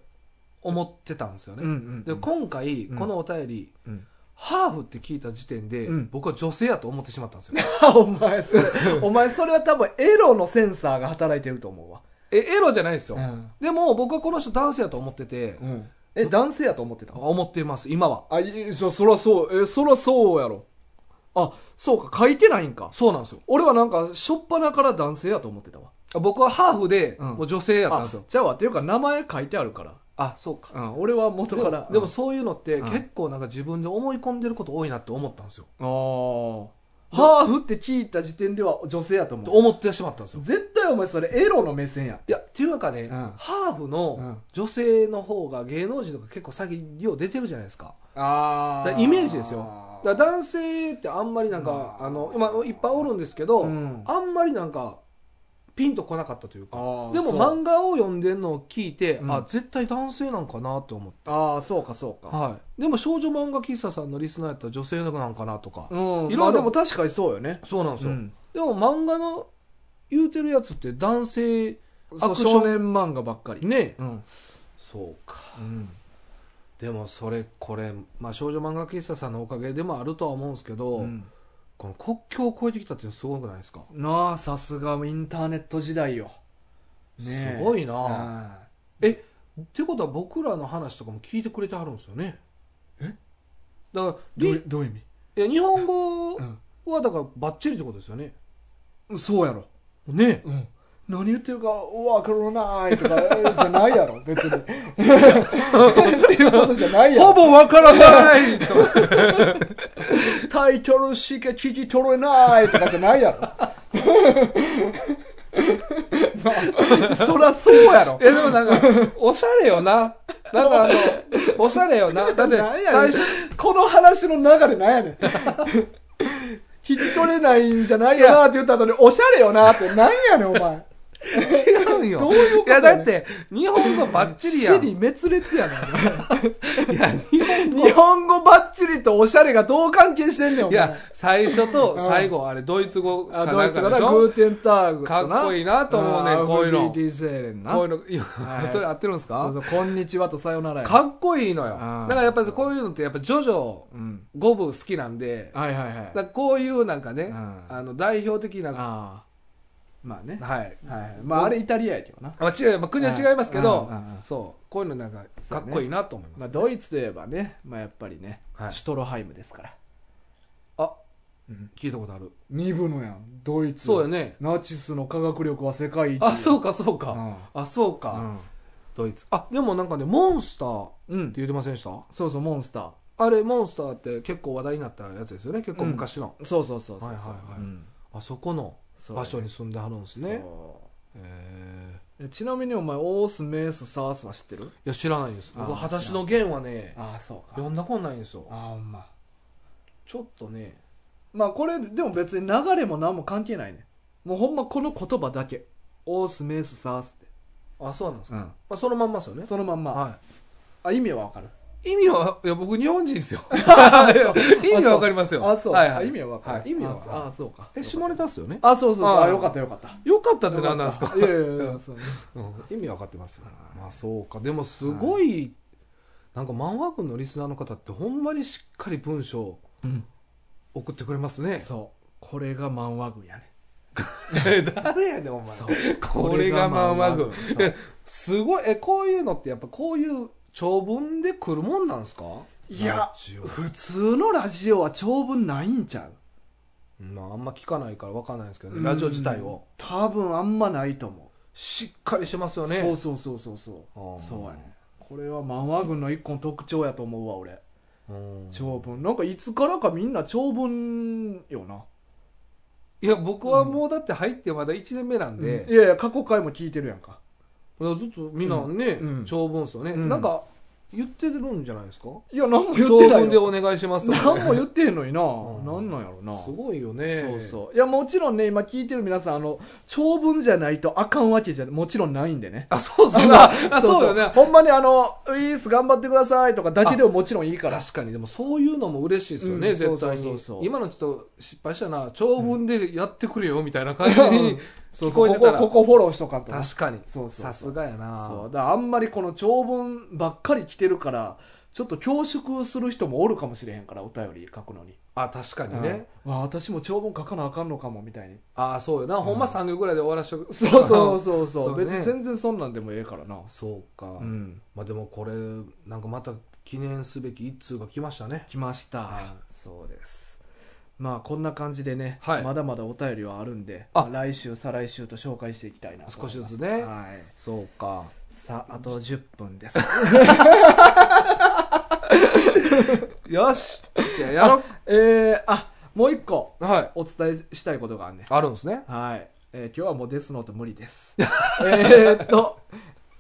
[SPEAKER 2] 思ってたんですよね、
[SPEAKER 1] うんうん
[SPEAKER 2] で今回
[SPEAKER 1] うん
[SPEAKER 2] このお便り、
[SPEAKER 1] うん
[SPEAKER 2] ハーフって聞いた時点で、
[SPEAKER 1] うん
[SPEAKER 2] 僕は女性やと思ってしまったんですよ
[SPEAKER 1] お前それお前それは多分エロのセンサーが働いてると思うわ
[SPEAKER 2] えエロじゃないですよ、
[SPEAKER 1] うん
[SPEAKER 2] でも僕はこの人男性やと思ってて、
[SPEAKER 1] うんえ男性やと思ってた
[SPEAKER 2] 思ってます今は
[SPEAKER 1] あいそそらそうえそらそうやろあそうか書いてないんか
[SPEAKER 2] そうなんですよ
[SPEAKER 1] 俺はなんか初っ端から男性やと思ってたわ
[SPEAKER 2] 僕はハーフで、
[SPEAKER 1] うん
[SPEAKER 2] もう女性やったん
[SPEAKER 1] あ
[SPEAKER 2] ですよ
[SPEAKER 1] じゃあわっていうか名前書いてあるから
[SPEAKER 2] あそうか
[SPEAKER 1] うん俺は元
[SPEAKER 2] で
[SPEAKER 1] から
[SPEAKER 2] で
[SPEAKER 1] う
[SPEAKER 2] も
[SPEAKER 1] ん
[SPEAKER 2] そういうのって
[SPEAKER 1] うん
[SPEAKER 2] 結構なんか自分で思い込んでること多いなって思ったんですよ、
[SPEAKER 1] ああハーフって聞いた時点では女性やと
[SPEAKER 2] と
[SPEAKER 1] 思う
[SPEAKER 2] 思ってしまったんですよ
[SPEAKER 1] 絶対お前それエロの目線や
[SPEAKER 2] いやっていうかね、
[SPEAKER 1] ん
[SPEAKER 2] ハーフ
[SPEAKER 1] う
[SPEAKER 2] の
[SPEAKER 1] ん
[SPEAKER 2] 女性の方が芸能人とか結構最近量出てるじゃないですか
[SPEAKER 1] あ
[SPEAKER 2] だ
[SPEAKER 1] ー
[SPEAKER 2] からイメージですよだから男性ってあんまりなんか、
[SPEAKER 1] うん
[SPEAKER 2] あの今いっぱいおるんですけど、
[SPEAKER 1] うん
[SPEAKER 2] あんまりなんかピンとこなかったというか
[SPEAKER 1] あー
[SPEAKER 2] でも
[SPEAKER 1] そう
[SPEAKER 2] 漫画を読んでるのを聞いて、
[SPEAKER 1] うん
[SPEAKER 2] あ絶対男性なんかなって思って。
[SPEAKER 1] ああそうかそうか、
[SPEAKER 2] はい、でも少女漫画喫茶さんのリスナーやったら女性のなんかなとか、
[SPEAKER 1] うん
[SPEAKER 2] いろいろ
[SPEAKER 1] まあでも確かにそうよね
[SPEAKER 2] そうなんですよ、
[SPEAKER 1] うん
[SPEAKER 2] でも漫画の言うてるやつって男性
[SPEAKER 1] そう
[SPEAKER 2] アクション
[SPEAKER 1] 少年漫画ばっかり
[SPEAKER 2] ね
[SPEAKER 1] うん、
[SPEAKER 2] そうかでもそれこれ、まあ、少女漫画喫茶さんのおかげでもあるとは思うんですけど、
[SPEAKER 1] うん
[SPEAKER 2] この国境を越えてきたっていうのすごくないですか、
[SPEAKER 1] なあさすがインターネット時代よ
[SPEAKER 2] すご
[SPEAKER 1] い
[SPEAKER 2] いなえってことは僕らの話とかも聞いてくれてはるんですよね
[SPEAKER 1] え
[SPEAKER 2] だから
[SPEAKER 1] どう
[SPEAKER 2] り
[SPEAKER 1] いどういう意味、
[SPEAKER 2] いや日本語
[SPEAKER 1] うん
[SPEAKER 2] はだからバッチリってことですよね
[SPEAKER 1] そうやろ、
[SPEAKER 2] ね
[SPEAKER 1] うん、何言ってるかわからないとかえじゃないや ろ別にっていうことじゃないやろ
[SPEAKER 2] ほぼわから ない
[SPEAKER 1] タイトルしか聞き取れないとかじゃないやろ。なあ そらそうやろ
[SPEAKER 2] え。でもなんか おしゃれよななん かあのおしゃれよなだって
[SPEAKER 1] なんやね
[SPEAKER 2] 最
[SPEAKER 1] ん
[SPEAKER 2] 初
[SPEAKER 1] この話の流れなんや ねん。聞き取れないんじゃないやなって言った後に、おしゃれよなってなんやねん、お 前。
[SPEAKER 2] 違うんよ
[SPEAKER 1] どういうこと
[SPEAKER 2] いや
[SPEAKER 1] やねん
[SPEAKER 2] だって日本語バッチリやん
[SPEAKER 1] 尻滅裂やな。
[SPEAKER 2] いや日本語
[SPEAKER 1] 日本語バッチリとおしゃれがどう関係してんねん、お
[SPEAKER 2] いや
[SPEAKER 1] 前。
[SPEAKER 2] 最初と最後あれドイツ語か
[SPEAKER 1] あ
[SPEAKER 2] な
[SPEAKER 1] ド
[SPEAKER 2] ん
[SPEAKER 1] イツ
[SPEAKER 2] か
[SPEAKER 1] か
[SPEAKER 2] で
[SPEAKER 1] ら
[SPEAKER 2] し
[SPEAKER 1] グ
[SPEAKER 2] ょ
[SPEAKER 1] ーテンターグ
[SPEAKER 2] かっこいいなと思うねんこういうの
[SPEAKER 1] d セーレンな。
[SPEAKER 2] こういうのいや
[SPEAKER 1] はい
[SPEAKER 2] それ合ってるんです
[SPEAKER 1] そうそ
[SPEAKER 2] か
[SPEAKER 1] う、こんにちはとさよならや。
[SPEAKER 2] かっこいいのよだ
[SPEAKER 1] あー
[SPEAKER 2] からやっぱりこういうのってやっぱジョジョ
[SPEAKER 1] うん。
[SPEAKER 2] 五部好きなんでだ
[SPEAKER 1] はいはいはい。
[SPEAKER 2] からこういうなんかね
[SPEAKER 1] うん
[SPEAKER 2] あの代表的な
[SPEAKER 1] あまあね。
[SPEAKER 2] はい
[SPEAKER 1] はい。まあ、あれイタリアやけどな。
[SPEAKER 2] まあ、違う、まあ、国は違いますけど、
[SPEAKER 1] うんうんうん
[SPEAKER 2] そうこういうのなんかかっこいいなと思い
[SPEAKER 1] ま
[SPEAKER 2] ま
[SPEAKER 1] あ、
[SPEAKER 2] す、
[SPEAKER 1] ドイツといえばね、まあやっぱりね、
[SPEAKER 2] はい
[SPEAKER 1] シュトロハイムですから。
[SPEAKER 2] あ
[SPEAKER 1] うん
[SPEAKER 2] 聞いたことある
[SPEAKER 1] 二部のやん、ドイツ。
[SPEAKER 2] そうやね
[SPEAKER 1] ナチスの科学力は世界一。
[SPEAKER 2] あそううかそうか、あそうか、
[SPEAKER 1] か。
[SPEAKER 2] ドイツあでもなんかねモンスターって
[SPEAKER 1] うん。うん。
[SPEAKER 2] 言ってませんでした
[SPEAKER 1] そうそう、モンスター。
[SPEAKER 2] あれモンスターって結構話題になったやつですよね結構昔の、
[SPEAKER 1] そうそうそうそう。
[SPEAKER 2] はいはいはい
[SPEAKER 1] うん
[SPEAKER 2] あそこの
[SPEAKER 1] そうや
[SPEAKER 2] 場所に住んではるんですね
[SPEAKER 1] そ
[SPEAKER 2] へえ
[SPEAKER 1] うえちなみにお前、オース、メース、サースは知ってる
[SPEAKER 2] いや知らないです
[SPEAKER 1] あー
[SPEAKER 2] 僕「裸足の弦」はね
[SPEAKER 1] ああ、そうか。
[SPEAKER 2] 読んだことないんですよ
[SPEAKER 1] ああ、ほんま。
[SPEAKER 2] ちょっとね
[SPEAKER 1] まあこれでも別に流れも何も関係ないねもうほんまこの言葉だけオースメースサースって、
[SPEAKER 2] あそうなんですか、まあ、そのまんまですよね
[SPEAKER 1] そのまんま、
[SPEAKER 2] は
[SPEAKER 1] あ意味はわかる
[SPEAKER 2] い、意味はいや僕日本 人ですよ意味はわかりますよ
[SPEAKER 1] あそう
[SPEAKER 2] はいは
[SPEAKER 1] あ
[SPEAKER 2] い
[SPEAKER 1] 意味はわかる、
[SPEAKER 2] はい意味はわかる
[SPEAKER 1] あそうか
[SPEAKER 2] え下ネタっすよね
[SPEAKER 1] あそうそうそう
[SPEAKER 2] あ
[SPEAKER 1] あよかったよかった
[SPEAKER 2] よかったって何なんですか
[SPEAKER 1] いやいやいやそう
[SPEAKER 2] うん意味わかってますよまあそうかでもすごいなんか漫画軍のリスナーの方ってほんまにしっかり文章を
[SPEAKER 1] うん
[SPEAKER 2] 送ってくれますね
[SPEAKER 1] そうこれが漫画軍やね
[SPEAKER 2] 誰やねんお前
[SPEAKER 1] そう
[SPEAKER 2] これが漫画軍
[SPEAKER 1] これが漫画軍そう
[SPEAKER 2] すごいえこういうのってやっぱこういう長文で来るもんなんですか
[SPEAKER 1] いや
[SPEAKER 2] ラジオ
[SPEAKER 1] 普通のラジオは長文ないんちゃう
[SPEAKER 2] まああんま聞かないからわかんないですけどねラジオ自体を
[SPEAKER 1] 多分あんまないと思
[SPEAKER 2] しっかりしてますよ
[SPEAKER 1] う、
[SPEAKER 2] ね
[SPEAKER 1] そうそうそうそうそ
[SPEAKER 2] あー
[SPEAKER 1] うそうやねこれは漫画軍の一個の特徴やと思うわ俺
[SPEAKER 2] うん
[SPEAKER 1] 長文なんかいつからかみんな長文よない
[SPEAKER 2] や僕はもうだって入ってまだ1年目なんで、
[SPEAKER 1] いやいや過去回も聞いてるやんか
[SPEAKER 2] だからずっとみんなね、
[SPEAKER 1] うん
[SPEAKER 2] 長文っすよね、
[SPEAKER 1] うん
[SPEAKER 2] なんか言ってるんじゃないですか
[SPEAKER 1] いや何も言っ
[SPEAKER 2] 長
[SPEAKER 1] てない
[SPEAKER 2] 文で
[SPEAKER 1] よ
[SPEAKER 2] お願いしますとか、
[SPEAKER 1] 何
[SPEAKER 2] ね、
[SPEAKER 1] も言ってへんのにな、
[SPEAKER 2] う
[SPEAKER 1] な
[SPEAKER 2] ん
[SPEAKER 1] んなんやろな
[SPEAKER 2] すごいよね
[SPEAKER 1] そうそういやもちろんね今聞いてる皆さんあの長文じゃないとあかんわけじゃもちろんないんでね
[SPEAKER 2] あそうそうああそうよね
[SPEAKER 1] ほんまにあの「ウィース頑張ってください」とかだけでももちろんいいから
[SPEAKER 2] 確かにでもそういうのも嬉しいですよね、
[SPEAKER 1] うん
[SPEAKER 2] 絶対に
[SPEAKER 1] そうそうそうそう
[SPEAKER 2] 今のちょっと失敗したな長文でやってくれよみたいな感じ
[SPEAKER 1] う
[SPEAKER 2] に
[SPEAKER 1] んそう
[SPEAKER 2] 聞
[SPEAKER 1] そ
[SPEAKER 2] こ
[SPEAKER 1] うこ
[SPEAKER 2] えてた
[SPEAKER 1] こ
[SPEAKER 2] ら、
[SPEAKER 1] ここフォローしとかんとな
[SPEAKER 2] 確かに
[SPEAKER 1] そうそうそう
[SPEAKER 2] さすがやな
[SPEAKER 1] そうだからあんまりこの長文ばっかり来てるからちょっと恐縮する人もおるかもしれへんからお便り書くのに、
[SPEAKER 2] あ確かにね、
[SPEAKER 1] うんわあ私も長文書かなあかんのかもみたいに
[SPEAKER 2] ああそうよな、ほんま3行ぐらいで終わらしとく
[SPEAKER 1] そうそう そうそう
[SPEAKER 2] そうね
[SPEAKER 1] 別に全然そんなんでもええからな
[SPEAKER 2] そうか、
[SPEAKER 1] うん
[SPEAKER 2] まあでもこれなんかまた記念すべき一通が来ましたね
[SPEAKER 1] 来ました、
[SPEAKER 2] はい
[SPEAKER 1] そうですまあこんな感じでね、
[SPEAKER 2] はい
[SPEAKER 1] まだまだお便りはあるんで
[SPEAKER 2] あ
[SPEAKER 1] まあ来週再来週と紹介していきたいなと思います
[SPEAKER 2] 少しずつね
[SPEAKER 1] はい、
[SPEAKER 2] そうか
[SPEAKER 1] さああと10分 です
[SPEAKER 2] よしじゃあやろ
[SPEAKER 1] えー、あもう一個
[SPEAKER 2] うはい
[SPEAKER 1] お伝えしたいことがあるね
[SPEAKER 2] あるんですね
[SPEAKER 1] はい、えー今日はもうデスノート無理です えーっと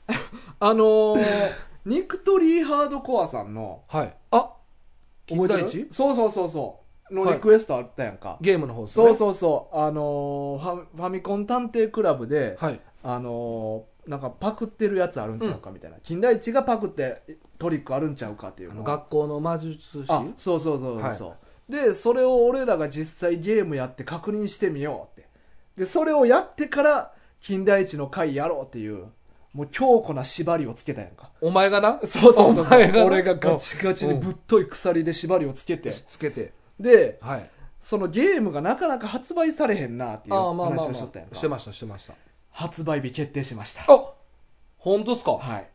[SPEAKER 1] あのー、ニクトリーハードコアさんの
[SPEAKER 2] はいあ金
[SPEAKER 1] 覚
[SPEAKER 2] 田
[SPEAKER 1] えて
[SPEAKER 2] 一
[SPEAKER 1] るそうそうそうそうの
[SPEAKER 2] はい
[SPEAKER 1] リクエストあったやんか、
[SPEAKER 2] ゲームの方ですね
[SPEAKER 1] そうそうそうあのーファファミコン探偵クラブで、
[SPEAKER 2] はい
[SPEAKER 1] あのーなんかパクってるやつあるんちゃうかみたいな、金田一がパクってトリックあるんちゃうかってい
[SPEAKER 2] あ
[SPEAKER 1] う
[SPEAKER 2] の
[SPEAKER 1] の
[SPEAKER 2] 学校の魔術師
[SPEAKER 1] あ
[SPEAKER 2] は
[SPEAKER 1] そうそうそうそうそう、でそれを俺らが実際ゲームやって確認してみようってでそれをやってから金田一の回やろうっていうもう強固な縛りをつけたやんか
[SPEAKER 2] お前がな
[SPEAKER 1] そうそうそう
[SPEAKER 2] お
[SPEAKER 1] そう
[SPEAKER 2] 前が
[SPEAKER 1] 俺がガチガチにぶっとい鎖で縛りをつけて
[SPEAKER 2] つつけて
[SPEAKER 1] で
[SPEAKER 2] はい
[SPEAKER 1] そのゲームがなかなか発売されへんなっていう
[SPEAKER 2] ああまあま
[SPEAKER 1] 話
[SPEAKER 2] あ、
[SPEAKER 1] を
[SPEAKER 2] まあ、
[SPEAKER 1] しとったやんか
[SPEAKER 2] してましたしてました
[SPEAKER 1] 発売日決定しました
[SPEAKER 2] あ本当ですか
[SPEAKER 1] はい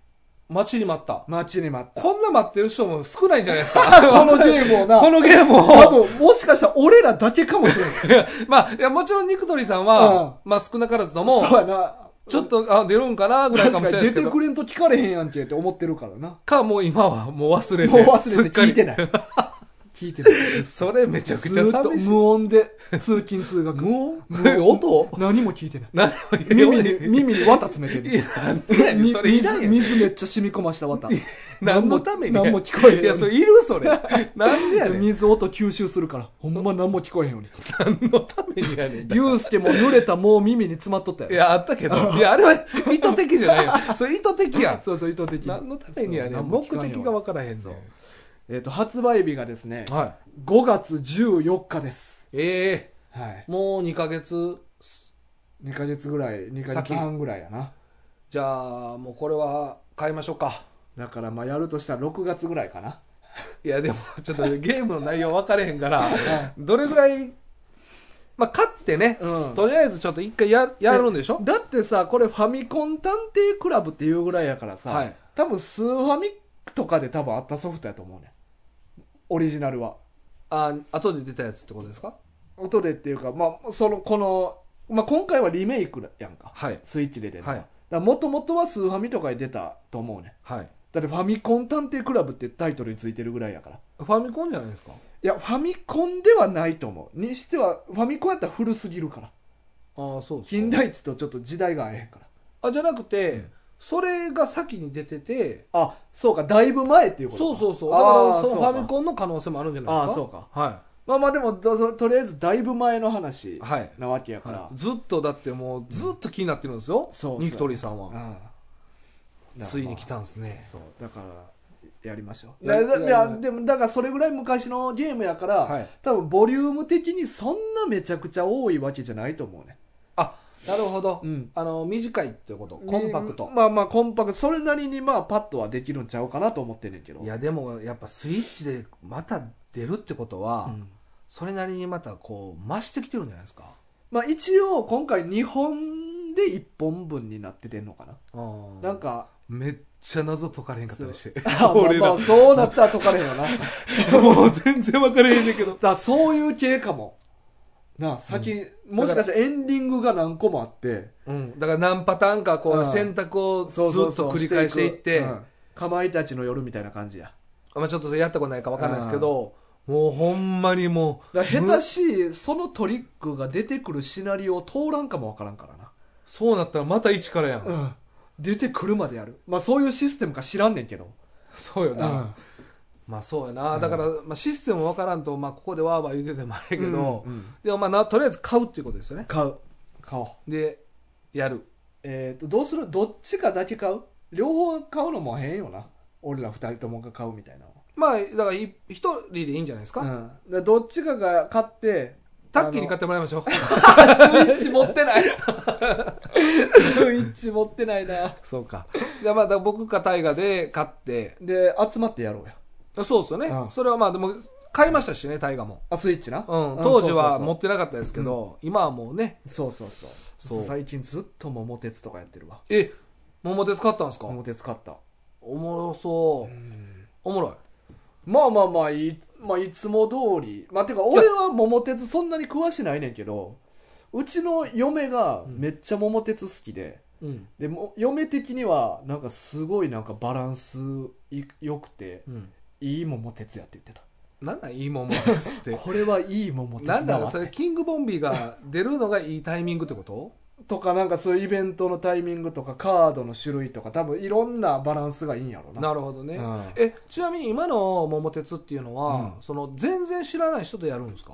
[SPEAKER 2] 待ちに待った
[SPEAKER 1] 待ちに待った
[SPEAKER 2] こんな待ってる人も少ないんじゃないですか
[SPEAKER 1] このゲームをな
[SPEAKER 2] このゲームを
[SPEAKER 1] 多分もしかしたら俺らだけかもしれない
[SPEAKER 2] まあ、いや、もちろんニクトリさんは、まあ少なからずとも、
[SPEAKER 1] そうやな
[SPEAKER 2] ちょっと、あ、出るんかなぐらいか
[SPEAKER 1] 確
[SPEAKER 2] もし
[SPEAKER 1] か
[SPEAKER 2] れな
[SPEAKER 1] に出
[SPEAKER 2] いですけ
[SPEAKER 1] て
[SPEAKER 2] ど。
[SPEAKER 1] くれんと聞かれへんやんけって思ってるからな
[SPEAKER 2] か、もう今は、もう忘 れて。
[SPEAKER 1] もう忘れて聞いて
[SPEAKER 2] ない。
[SPEAKER 1] ない聞いてない
[SPEAKER 2] それめちゃくちゃ
[SPEAKER 1] ずーっと
[SPEAKER 2] 寂しい。
[SPEAKER 1] 無音で通勤通学
[SPEAKER 2] 無音
[SPEAKER 1] 無
[SPEAKER 2] 音
[SPEAKER 1] 何も聞いて ない
[SPEAKER 2] 何も言
[SPEAKER 1] 耳に耳に綿詰めて
[SPEAKER 2] いや
[SPEAKER 1] る、
[SPEAKER 2] なんでやねん
[SPEAKER 1] み
[SPEAKER 2] それいらん
[SPEAKER 1] 水
[SPEAKER 2] やん。
[SPEAKER 1] 水めっちゃ染み込ました綿
[SPEAKER 2] 何のために
[SPEAKER 1] 何も聞こえへん
[SPEAKER 2] いや、それいるそれ。なんでやねん。
[SPEAKER 1] 水音吸収するからほんま何も聞こえへんよ うに
[SPEAKER 2] 何のためにやねん。
[SPEAKER 1] ユースケも濡れたもう耳に詰まっとったよ
[SPEAKER 2] いや、あったけど。いや、あれは意図的じゃないよ。それ意図的やん。
[SPEAKER 1] そうそう意図的に
[SPEAKER 2] 何のためにやね。
[SPEAKER 1] そうん何
[SPEAKER 2] 目
[SPEAKER 1] も聞かんよ
[SPEAKER 2] 的がわからへんぞ。
[SPEAKER 1] えっ、と発売日がですね
[SPEAKER 2] は
[SPEAKER 1] 5月14日です
[SPEAKER 2] い。ええ。
[SPEAKER 1] はい
[SPEAKER 2] もう2ヶ月
[SPEAKER 1] 2ヶ月ぐらい2ヶ月半ぐらいやな
[SPEAKER 2] じゃあもうこれは買いましょうか
[SPEAKER 1] だからまあやるとしたら6月ぐらいかない
[SPEAKER 2] やでもちょっとゲームの内容分かれへんからどれぐらいまあ、勝ってね、
[SPEAKER 1] うん
[SPEAKER 2] とりあえずちょっと一回ややるんでしょ
[SPEAKER 1] だってさこれファミコン探偵クラブっていうぐらいやからさ、
[SPEAKER 2] はい
[SPEAKER 1] 多分スーファミとかで多分あったソフトやと思うねオリジナルは
[SPEAKER 2] あ後で出たやつってことですか
[SPEAKER 1] 音でっていうかまあそのこの、まあ、今回はリメイクやんか
[SPEAKER 2] はい
[SPEAKER 1] スイッチで出るの
[SPEAKER 2] はい
[SPEAKER 1] だからもともとはスーファミとかで出たと思うね
[SPEAKER 2] はい
[SPEAKER 1] だってファミコン探偵クラブってタイトルについてるぐらいやから
[SPEAKER 2] ファミコンじゃないですか
[SPEAKER 1] いやファミコンではないと思うにしてはファミコンやったら古すぎるから
[SPEAKER 2] ああそうですか
[SPEAKER 1] 金田一とちょっと時代が合えへんから
[SPEAKER 2] あじゃなくて、
[SPEAKER 1] うん
[SPEAKER 2] それが先に出てて
[SPEAKER 1] あそうかだいぶ前っていうことか
[SPEAKER 2] そうそうそうだから
[SPEAKER 1] あー
[SPEAKER 2] そのフ
[SPEAKER 1] か
[SPEAKER 2] ァミコンの可能性もあるんじゃないです
[SPEAKER 1] あ
[SPEAKER 2] か
[SPEAKER 1] ーそうか
[SPEAKER 2] は
[SPEAKER 1] まあまあでもどそとりあえずだいぶ前の話
[SPEAKER 2] いはい
[SPEAKER 1] なわけやから、
[SPEAKER 2] はいずっとだってもうずっと気になってるんですよ、
[SPEAKER 1] そうそう
[SPEAKER 2] ニクトリさんは、
[SPEAKER 1] うん
[SPEAKER 2] ついに来たんですね
[SPEAKER 1] そうだからやりましょう
[SPEAKER 2] や
[SPEAKER 1] だだ
[SPEAKER 2] や
[SPEAKER 1] いや
[SPEAKER 2] やりま
[SPEAKER 1] でもだからそれぐらい昔のゲームやから、
[SPEAKER 2] はい
[SPEAKER 1] 多分ボリューム的にそんなめちゃくちゃ多いわけじゃないと思うね
[SPEAKER 2] あなるほど、
[SPEAKER 1] うん
[SPEAKER 2] あの短いっていうことコンパクト、
[SPEAKER 1] うんまあまあコンパクトそれなりにまあパッとはできるんちゃうかなと思ってんねんけど
[SPEAKER 2] いやでもやっぱスイッチでまた出るってことは、
[SPEAKER 1] うん
[SPEAKER 2] それなりにまたこう増してきてるんじゃないですか
[SPEAKER 1] まあ一応今回2本で1本分になっててんのかな、なんか
[SPEAKER 2] めっちゃ謎解かれへんかったりし て
[SPEAKER 1] あまあ
[SPEAKER 2] 俺
[SPEAKER 1] ま
[SPEAKER 2] ら
[SPEAKER 1] あそうなったら解かれへ んよな
[SPEAKER 2] もう全然分からへんねんけど
[SPEAKER 1] だからそういう系かもなあ先、もしかしたらエンディングが何個もあって
[SPEAKER 2] うん、だから何パターンかこ
[SPEAKER 1] うん
[SPEAKER 2] う選択をずっと繰り返していって
[SPEAKER 1] うんかまいたちの夜みたいな感じや
[SPEAKER 2] まあ、ちょっとやったことないか分かんないですけど、もうほんまにもう
[SPEAKER 1] だから下手しいそのトリックが出てくるシナリオを通らんかもわからんからな
[SPEAKER 2] そうなったらまた一からやん、
[SPEAKER 1] うん出てくるまでやるまあそういうシステムか知らんねんけど
[SPEAKER 2] そうよな、
[SPEAKER 1] うん
[SPEAKER 2] まあそうやなだから、まあ、システム分からんと、まあ、ここでわーわー言うててもあれやけど、
[SPEAKER 1] うんうん
[SPEAKER 2] でもまあなとりあえず買うっていうことですよね
[SPEAKER 1] 買う買おう
[SPEAKER 2] でやる
[SPEAKER 1] えっ、とどうするどっちかだけ買う両方買うのも変よな俺ら二人ともが買うみたいなの
[SPEAKER 2] まあだからい一人でいいんじゃないですか、
[SPEAKER 1] うん、だからどっちかが買って
[SPEAKER 2] タッキーに買ってもらいましょう
[SPEAKER 1] スイッチ持ってない。スイッチ持ってないな。
[SPEAKER 2] そうかじゃあまあだから僕か大河で買って
[SPEAKER 1] で、集まってやろうや。
[SPEAKER 2] そうですよね、
[SPEAKER 1] うん
[SPEAKER 2] それはまあでも買いましたしね大河も
[SPEAKER 1] あ、スイッチな。
[SPEAKER 2] うん、当時は
[SPEAKER 1] そ
[SPEAKER 2] 持
[SPEAKER 1] う
[SPEAKER 2] ってなかったですけど、今はもうね
[SPEAKER 1] そうそうそうそう
[SPEAKER 2] そう
[SPEAKER 1] 最近ずっと桃鉄とかやってるわ。
[SPEAKER 2] え桃鉄買ったんですか、
[SPEAKER 1] 桃鉄買った。
[SPEAKER 2] おもろそう、おもろい
[SPEAKER 1] まあまあまあ、い,、まあ、いつも通り。まあ、てか、俺は桃鉄そんなに詳しないねんけど、うちの嫁がめっちゃ桃鉄好きで、
[SPEAKER 2] うん、
[SPEAKER 1] でも嫁的にはなんかすごいなんかバランスい良くて
[SPEAKER 2] うん、
[SPEAKER 1] いい桃鉄やって言ってた
[SPEAKER 2] なんなんいい桃鉄って
[SPEAKER 1] これはいい桃鉄だ
[SPEAKER 2] な
[SPEAKER 1] わ
[SPEAKER 2] んだろうそれキングボンビーが出るのがいいタイミングってこと
[SPEAKER 1] とかなんかそういうイベントのタイミングとかカードの種類とか多分いろんなバランスがいいんやろうな
[SPEAKER 2] なるほどね、
[SPEAKER 1] うん
[SPEAKER 2] えちなみに今の桃鉄っていうのは、
[SPEAKER 1] うん
[SPEAKER 2] その全然知らない人とやるんですか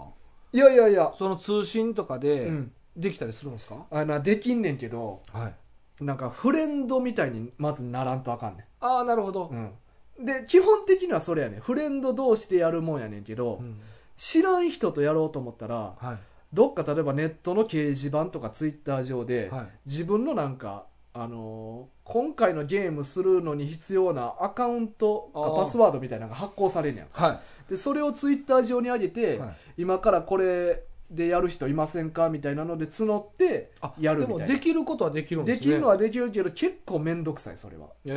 [SPEAKER 1] いやいやいや、
[SPEAKER 2] その通信とか
[SPEAKER 1] う
[SPEAKER 2] で
[SPEAKER 1] ん、
[SPEAKER 2] できたりするんですか、
[SPEAKER 1] あのできんねんけど
[SPEAKER 2] はい
[SPEAKER 1] なんかフレンドみたいにまずならんとあかんね
[SPEAKER 2] ああなるほど、
[SPEAKER 1] ん、うん、で基本的にはそれやねんフレンド同士でやるもんやねんけど、
[SPEAKER 2] うん
[SPEAKER 1] 知らん人とやろうと思ったら
[SPEAKER 2] は
[SPEAKER 1] どっか例えばネットの掲示板とかツイッター上
[SPEAKER 2] い
[SPEAKER 1] で、
[SPEAKER 2] はい
[SPEAKER 1] 自分のなんかあのー今回のゲームするのに必要なアカウント
[SPEAKER 2] あ
[SPEAKER 1] か
[SPEAKER 2] ー
[SPEAKER 1] パスワードみたいなのが発行されんねん
[SPEAKER 2] は
[SPEAKER 1] でそれをツイッター上に上げて、
[SPEAKER 2] い、はい
[SPEAKER 1] 今からこれでやる人いませんかみたいなので募って
[SPEAKER 2] あ
[SPEAKER 1] やるみ
[SPEAKER 2] で
[SPEAKER 1] たい
[SPEAKER 2] も
[SPEAKER 1] な
[SPEAKER 2] できることはできるん
[SPEAKER 1] で
[SPEAKER 2] ですね
[SPEAKER 1] きるのはできるけど結構面倒くさいそれは
[SPEAKER 2] え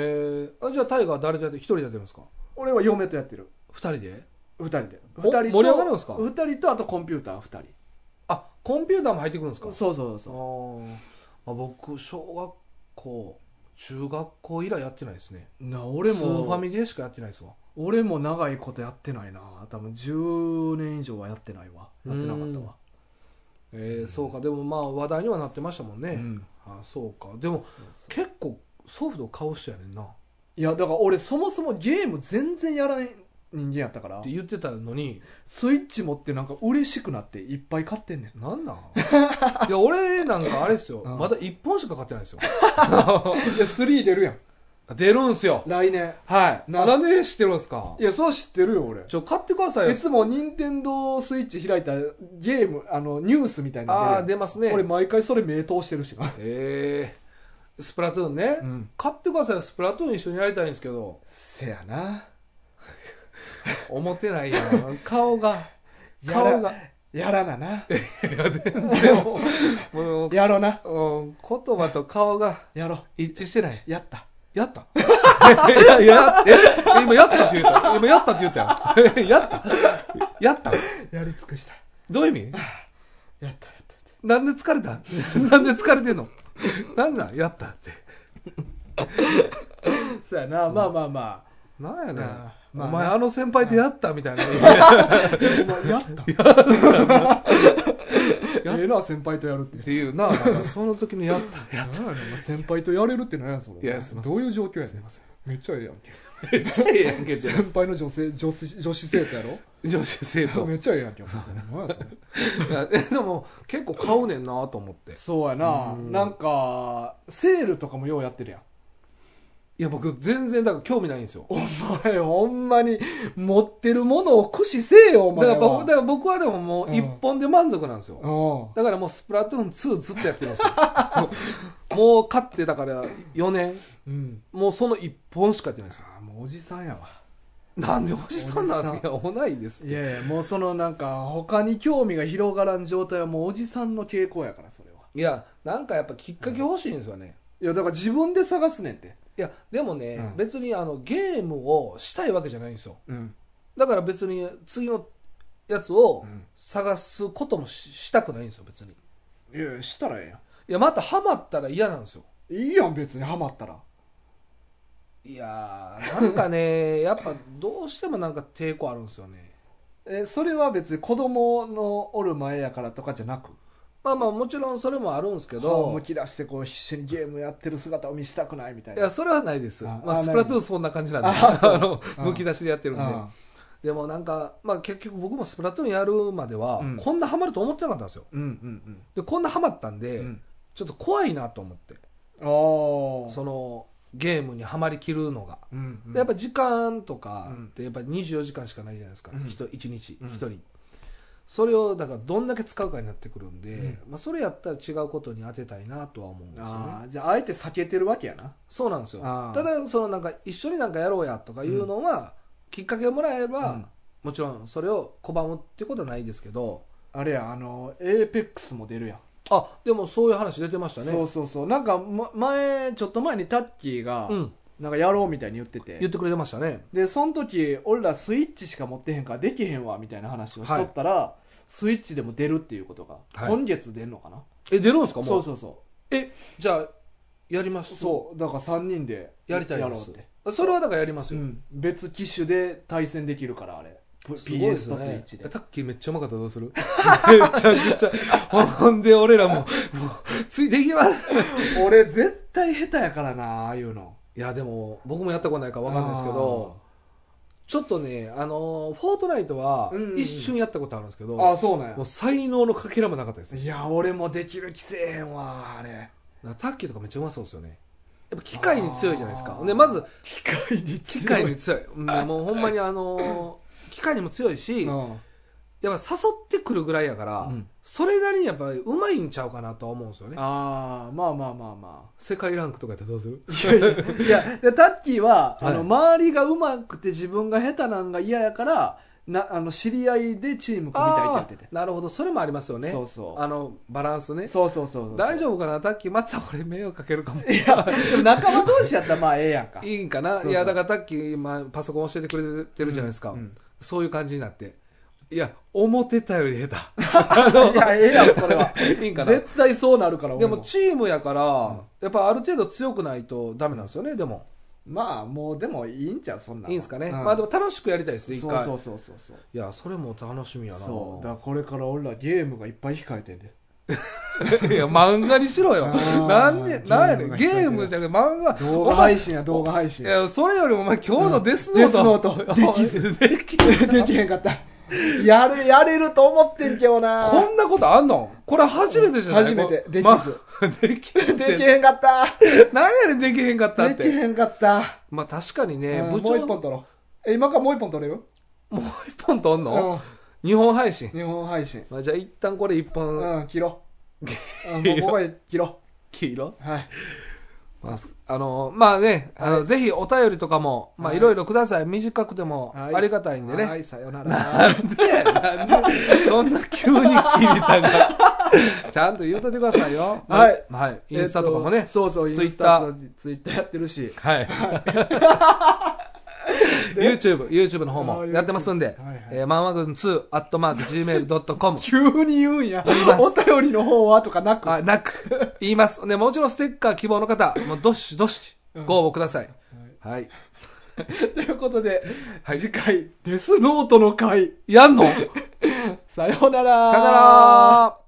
[SPEAKER 2] ー、あじゃあタイガー誰とやって一人でやってるんですか
[SPEAKER 1] 俺は嫁とやってる
[SPEAKER 2] 二人で
[SPEAKER 1] 2人で
[SPEAKER 2] お
[SPEAKER 1] 二人と
[SPEAKER 2] 盛り上がるんすか
[SPEAKER 1] 2人とあとコンピューター2
[SPEAKER 2] あコンピューターも入ってくるんですか
[SPEAKER 1] 人そうそうそう
[SPEAKER 2] あーまあ僕小学校中学校以来やってないですね
[SPEAKER 1] な俺
[SPEAKER 2] スーファ
[SPEAKER 1] も
[SPEAKER 2] ミでしかやってないですわ
[SPEAKER 1] 俺も長いことやってないな多分10年以上はやってないわやってなかったわ
[SPEAKER 2] えーそうかでもまあ話題にはなってましたもんね、
[SPEAKER 1] うん
[SPEAKER 2] あそうかでも
[SPEAKER 1] そうそう
[SPEAKER 2] 結構ソフト買う人やねんなっ
[SPEAKER 1] いやだから俺そもそもゲーム全然やらない人間やったから
[SPEAKER 2] て言ってたのに
[SPEAKER 1] スイッチ持ってなんか嬉しくなっていっぱい買ってんねん
[SPEAKER 2] な んなんいや俺なんかあれですよ、
[SPEAKER 1] うん
[SPEAKER 2] まだ1本しか買ってないですよ
[SPEAKER 1] いや3出るやん
[SPEAKER 2] 出るんすよ
[SPEAKER 1] 来年
[SPEAKER 2] はい
[SPEAKER 1] な
[SPEAKER 2] ななんで知ってるんですか
[SPEAKER 1] いやそれは知ってるよ俺
[SPEAKER 2] ちょ買ってください
[SPEAKER 1] い
[SPEAKER 2] よ
[SPEAKER 1] つも任天堂スイッチ開いたゲームあのニュースみたいな
[SPEAKER 2] あ
[SPEAKER 1] の
[SPEAKER 2] あー
[SPEAKER 1] 出る
[SPEAKER 2] 出ますね
[SPEAKER 1] やん俺毎回それ名通してるしな
[SPEAKER 2] えー、スプラトゥーンね、
[SPEAKER 1] うん
[SPEAKER 2] 買ってくださいよスプラトゥーン一緒にやりたいんですけど
[SPEAKER 1] せやな
[SPEAKER 2] 思ってないやん顔が
[SPEAKER 1] やら
[SPEAKER 2] 顔が
[SPEAKER 1] やらなな。
[SPEAKER 2] いや全然もう もう
[SPEAKER 1] やろな。
[SPEAKER 2] うん言葉と顔が
[SPEAKER 1] やろ
[SPEAKER 2] 一致してない。
[SPEAKER 1] う。やった。
[SPEAKER 2] やった いや、いや、え、今やったって言った今やったって言ったよ。 えやったやった
[SPEAKER 1] やり尽くした。
[SPEAKER 2] どういう意
[SPEAKER 1] やっ
[SPEAKER 2] 味
[SPEAKER 1] た、やった。
[SPEAKER 2] なんで疲れた なんで疲れてんのなんだやったって。
[SPEAKER 1] そうやな、まあまあま
[SPEAKER 2] なんやねん
[SPEAKER 1] あー
[SPEAKER 2] お
[SPEAKER 1] まあね
[SPEAKER 2] 前あの先輩とやったみたいな。
[SPEAKER 1] あ。でもまあやった。 ええな、先輩とやるって
[SPEAKER 2] っ。ていうな、なんかその時にやった。やっ
[SPEAKER 1] なんやねんお前先輩とやれるって何やそれ。
[SPEAKER 2] いやすいません
[SPEAKER 1] どういう状況
[SPEAKER 2] た。
[SPEAKER 1] やねん。
[SPEAKER 2] ん。
[SPEAKER 1] めっちゃええやんけ。
[SPEAKER 2] めっちゃええやんけって。
[SPEAKER 1] 先輩の女性、女子、女子生徒やろ
[SPEAKER 2] 女子生徒
[SPEAKER 1] め。っちゃええやんけ。お前それ何やそれ
[SPEAKER 2] いやでも結構買うねんなと思って。
[SPEAKER 1] そうやな。
[SPEAKER 2] うん
[SPEAKER 1] なんか、セールとかもようやってるやん。
[SPEAKER 2] いや、僕全然だから興味ないんですよ。
[SPEAKER 1] お前、ほんまに、持ってるものを駆使せえよ、お
[SPEAKER 2] だ
[SPEAKER 1] 前は。
[SPEAKER 2] から僕だから僕はでももう一本で満足なんですよ。
[SPEAKER 1] うん。
[SPEAKER 2] だからもうスプラトゥーン2ずっとやってるんですよ。 もう勝ってだから4年、
[SPEAKER 1] うん。
[SPEAKER 2] もうその1本しかやってないんですよ。
[SPEAKER 1] ああ、もうおじさんやわ。
[SPEAKER 2] なんでおじさんなんですかおないです。
[SPEAKER 1] いやいや、もうそのなんか、他に興味が広がらん状態はもうおじさんの傾向やから、それは。
[SPEAKER 2] いや、なんかやっぱきっかけ欲しいんですよね。
[SPEAKER 1] いや、だから自分で探すねんて。
[SPEAKER 2] いや、でもね、
[SPEAKER 1] うん
[SPEAKER 2] 別にあのゲームをしたいわけじゃないんですよ。
[SPEAKER 1] うん。
[SPEAKER 2] だから別に次のやつを
[SPEAKER 1] うん
[SPEAKER 2] 探すこともししたくないんですよ、別に。い
[SPEAKER 1] いやいや、したらえ
[SPEAKER 2] や、またハマったら嫌なんですよ。
[SPEAKER 1] えやん。いいやん、別にハマったら。
[SPEAKER 2] いやー、なんかね、 やっぱどうしてもなんか抵抗あるんですよね。
[SPEAKER 1] え、それは別に子供のおる前やからとかじゃなく。
[SPEAKER 2] まあまあもちろんそれもあるんですけ
[SPEAKER 1] 歯を
[SPEAKER 2] ど
[SPEAKER 1] む、き出してこう必死にゲームやってる姿を見したくないみたい
[SPEAKER 2] い
[SPEAKER 1] な。
[SPEAKER 2] や、それはないです。
[SPEAKER 1] あ
[SPEAKER 2] まあ、
[SPEAKER 1] あ
[SPEAKER 2] スプラトゥーンそんな感じなんで、
[SPEAKER 1] あそう
[SPEAKER 2] あの
[SPEAKER 1] う、ん
[SPEAKER 2] むき出しでやってるんで。
[SPEAKER 1] うん
[SPEAKER 2] でもなんか、まあ結局僕もスプラトゥーンやるまでは
[SPEAKER 1] うん、
[SPEAKER 2] こんなハマると思ってなかったんですよ。
[SPEAKER 1] うんうん
[SPEAKER 2] で、こんなハマったん
[SPEAKER 1] うん。
[SPEAKER 2] で、
[SPEAKER 1] うん
[SPEAKER 2] ちょっと怖いなと思って、
[SPEAKER 1] ああ。
[SPEAKER 2] その、ゲームにはまりきるのが。
[SPEAKER 1] うんうん
[SPEAKER 2] でやっぱ時間とかってやっぱ24時間しかないじゃないですか、
[SPEAKER 1] うん
[SPEAKER 2] 人1日
[SPEAKER 1] うん
[SPEAKER 2] 1人、それをだからどんだけ使うかになってくるんで、
[SPEAKER 1] うん
[SPEAKER 2] まあ、それやったら違うことに当てたいなとは思うんですよね
[SPEAKER 1] ああじゃああえて避けてるわけやな
[SPEAKER 2] そうなんですよ
[SPEAKER 1] あー
[SPEAKER 2] ただそのなんか一緒になんかやろうやとかいうのは、きっかけをもらえれば、
[SPEAKER 1] うん
[SPEAKER 2] もちろんそれを拒むってことはないですけど
[SPEAKER 1] あれやあのエーペックスも出るやん、
[SPEAKER 2] あでもそういう話出てましたね
[SPEAKER 1] そうそうそうなんか、ま、前ちょっと前にタッキーが、
[SPEAKER 2] うん、
[SPEAKER 1] なんかやろうみたいに言ってて
[SPEAKER 2] 言ってくれてましたね
[SPEAKER 1] でその時俺らスイッチしか持ってへんからできへんわみたいな話をしとったら、スイッチでも出るっていうことが、
[SPEAKER 2] はい
[SPEAKER 1] 今月出んのかな
[SPEAKER 2] え出るんですかもう
[SPEAKER 1] そうそうそ
[SPEAKER 2] えじゃあやります
[SPEAKER 1] うそうだから3人で
[SPEAKER 2] やりたい
[SPEAKER 1] や
[SPEAKER 2] で
[SPEAKER 1] ろうっ
[SPEAKER 2] す
[SPEAKER 1] て、
[SPEAKER 2] それはだからやります
[SPEAKER 1] う
[SPEAKER 2] よ、
[SPEAKER 1] ん、別機種で対戦できるからあれプ
[SPEAKER 2] すごいです
[SPEAKER 1] PS とスイッチで
[SPEAKER 2] タッキーめっちゃうまかったらどうする めちゃくちゃ。ほんで俺らも、もう、ついていきます。
[SPEAKER 1] 俺絶対下手やからなああいうの
[SPEAKER 2] いや、でも、僕もやったことないからわかんないですけど、ちょっとね、あのー、フォートナイトは
[SPEAKER 1] うんうん
[SPEAKER 2] 一瞬やったことあるんですけど、
[SPEAKER 1] ああそうなんや
[SPEAKER 2] もう才能のかけらもなかったですね。
[SPEAKER 1] いや俺もできる気せえへんわあれ
[SPEAKER 2] なんかタッキーとかめっちゃうまそうですよね。やっぱ機械に強いじゃないです
[SPEAKER 1] あ
[SPEAKER 2] か。
[SPEAKER 1] ー
[SPEAKER 2] で、まず、
[SPEAKER 1] 機械に
[SPEAKER 2] 機械に強い。うんもうほんまにあのー、機械にも強いし、やっ
[SPEAKER 1] うん
[SPEAKER 2] ぱ誘ってくるぐらいやから、
[SPEAKER 1] うん
[SPEAKER 2] それなりにやっぱりうまいんちゃうかなとは思うんですよね。
[SPEAKER 1] ああまあまあまあま
[SPEAKER 2] 世界ランクとかやったらどうする
[SPEAKER 1] あいやでタッキーは、あの
[SPEAKER 2] はい
[SPEAKER 1] 周りがうまくて自分が下手なんが嫌やからなあの知り合いでチーム組みたいってやってて
[SPEAKER 2] あ、ーなるほどそれもありますよね
[SPEAKER 1] そうそう
[SPEAKER 2] あのバランスね
[SPEAKER 1] そうそうそうそう
[SPEAKER 2] 大丈夫かなタッキーまた俺迷惑かけるかも
[SPEAKER 1] いやでも仲間同士やったらまあええやんか
[SPEAKER 2] いいんかな
[SPEAKER 1] そうそう
[SPEAKER 2] いやだからタッキー、まあ、パソコン教えてくれてるじゃないですか、
[SPEAKER 1] うんうん
[SPEAKER 2] そういう感じになっていや思ってたより下 手
[SPEAKER 1] いやええやんそれは
[SPEAKER 2] いいんかな
[SPEAKER 1] 絶対そうなるから
[SPEAKER 2] で
[SPEAKER 1] 俺
[SPEAKER 2] もチームやから、やっぱある程度強くないとダメなんですよねでも
[SPEAKER 1] まあもうでもいいんちゃうそんなん
[SPEAKER 2] いいんですかね、
[SPEAKER 1] う
[SPEAKER 2] まあでも楽しくやりたいですね一
[SPEAKER 1] そう
[SPEAKER 2] 回
[SPEAKER 1] そうそうそうそう
[SPEAKER 2] いやそれも楽しみやな
[SPEAKER 1] そうだからこれから俺らゲームがいっぱい控えてんで
[SPEAKER 2] いや、漫画にしろよ。
[SPEAKER 1] あー
[SPEAKER 2] なんで、なんやねん。
[SPEAKER 1] ゲ
[SPEAKER 2] ゲ
[SPEAKER 1] ー
[SPEAKER 2] ー
[SPEAKER 1] ムが光
[SPEAKER 2] ム
[SPEAKER 1] ってる
[SPEAKER 2] じゃなくて漫画。
[SPEAKER 1] 動画配信や動画配
[SPEAKER 2] い
[SPEAKER 1] 信
[SPEAKER 2] や、それよりもお前今日のデスノ
[SPEAKER 1] デ
[SPEAKER 2] ー
[SPEAKER 1] スノー
[SPEAKER 2] ト。
[SPEAKER 1] トできず
[SPEAKER 2] できず
[SPEAKER 1] できへんかったやれやれると思ってんけどな
[SPEAKER 2] こんなことあんのこれ初めてじゃない
[SPEAKER 1] 初めて
[SPEAKER 2] こ
[SPEAKER 1] できず
[SPEAKER 2] まできずっ
[SPEAKER 1] でき
[SPEAKER 2] て。
[SPEAKER 1] へんかった
[SPEAKER 2] なんやねん、できへんかったっ
[SPEAKER 1] でき
[SPEAKER 2] て。
[SPEAKER 1] へんかった、
[SPEAKER 2] まあ確かにね、
[SPEAKER 1] うん
[SPEAKER 2] 部
[SPEAKER 1] もう
[SPEAKER 2] 長、
[SPEAKER 1] 一
[SPEAKER 2] も
[SPEAKER 1] 本取ろうえ今からもう一本取れる
[SPEAKER 2] う一本とん
[SPEAKER 1] う
[SPEAKER 2] の
[SPEAKER 1] ん
[SPEAKER 2] 日本配信。
[SPEAKER 1] 日本配信
[SPEAKER 2] まあじゃあ一旦これ一本
[SPEAKER 1] うん切ろううんもうここで切ろ
[SPEAKER 2] 切ろ
[SPEAKER 1] うはい
[SPEAKER 2] まあ、すあの、まあね、あの、
[SPEAKER 1] はい
[SPEAKER 2] ぜひお便りとかも、まあ、
[SPEAKER 1] はい
[SPEAKER 2] いろいろください。短くても
[SPEAKER 1] はい
[SPEAKER 2] ありがたいんでね。
[SPEAKER 1] はい、さよなら。
[SPEAKER 2] でなんでそんな急に切りたが。 ちゃんと言うといてくださいよ。
[SPEAKER 1] はい。
[SPEAKER 2] はい。 インスタとかも
[SPEAKER 1] えっ
[SPEAKER 2] ね
[SPEAKER 1] と。そうそう、インスタと、ツイッターやってるし。
[SPEAKER 2] はい。YouTube、YouTube の方もやってますんで
[SPEAKER 1] あー YouTube はいはい、
[SPEAKER 2] えー漫画軍2、アットマーク、gmail.com。
[SPEAKER 1] 急に言うんや
[SPEAKER 2] いま。す
[SPEAKER 1] お便りの方はとかなく。
[SPEAKER 2] あ、なく、言います。ね、もちろんステッカー希望の方、もうどしどし、ご応募ください。はい。
[SPEAKER 1] ということで、次回、デスノートの回。
[SPEAKER 2] やんの
[SPEAKER 1] さようなら。
[SPEAKER 2] さよなら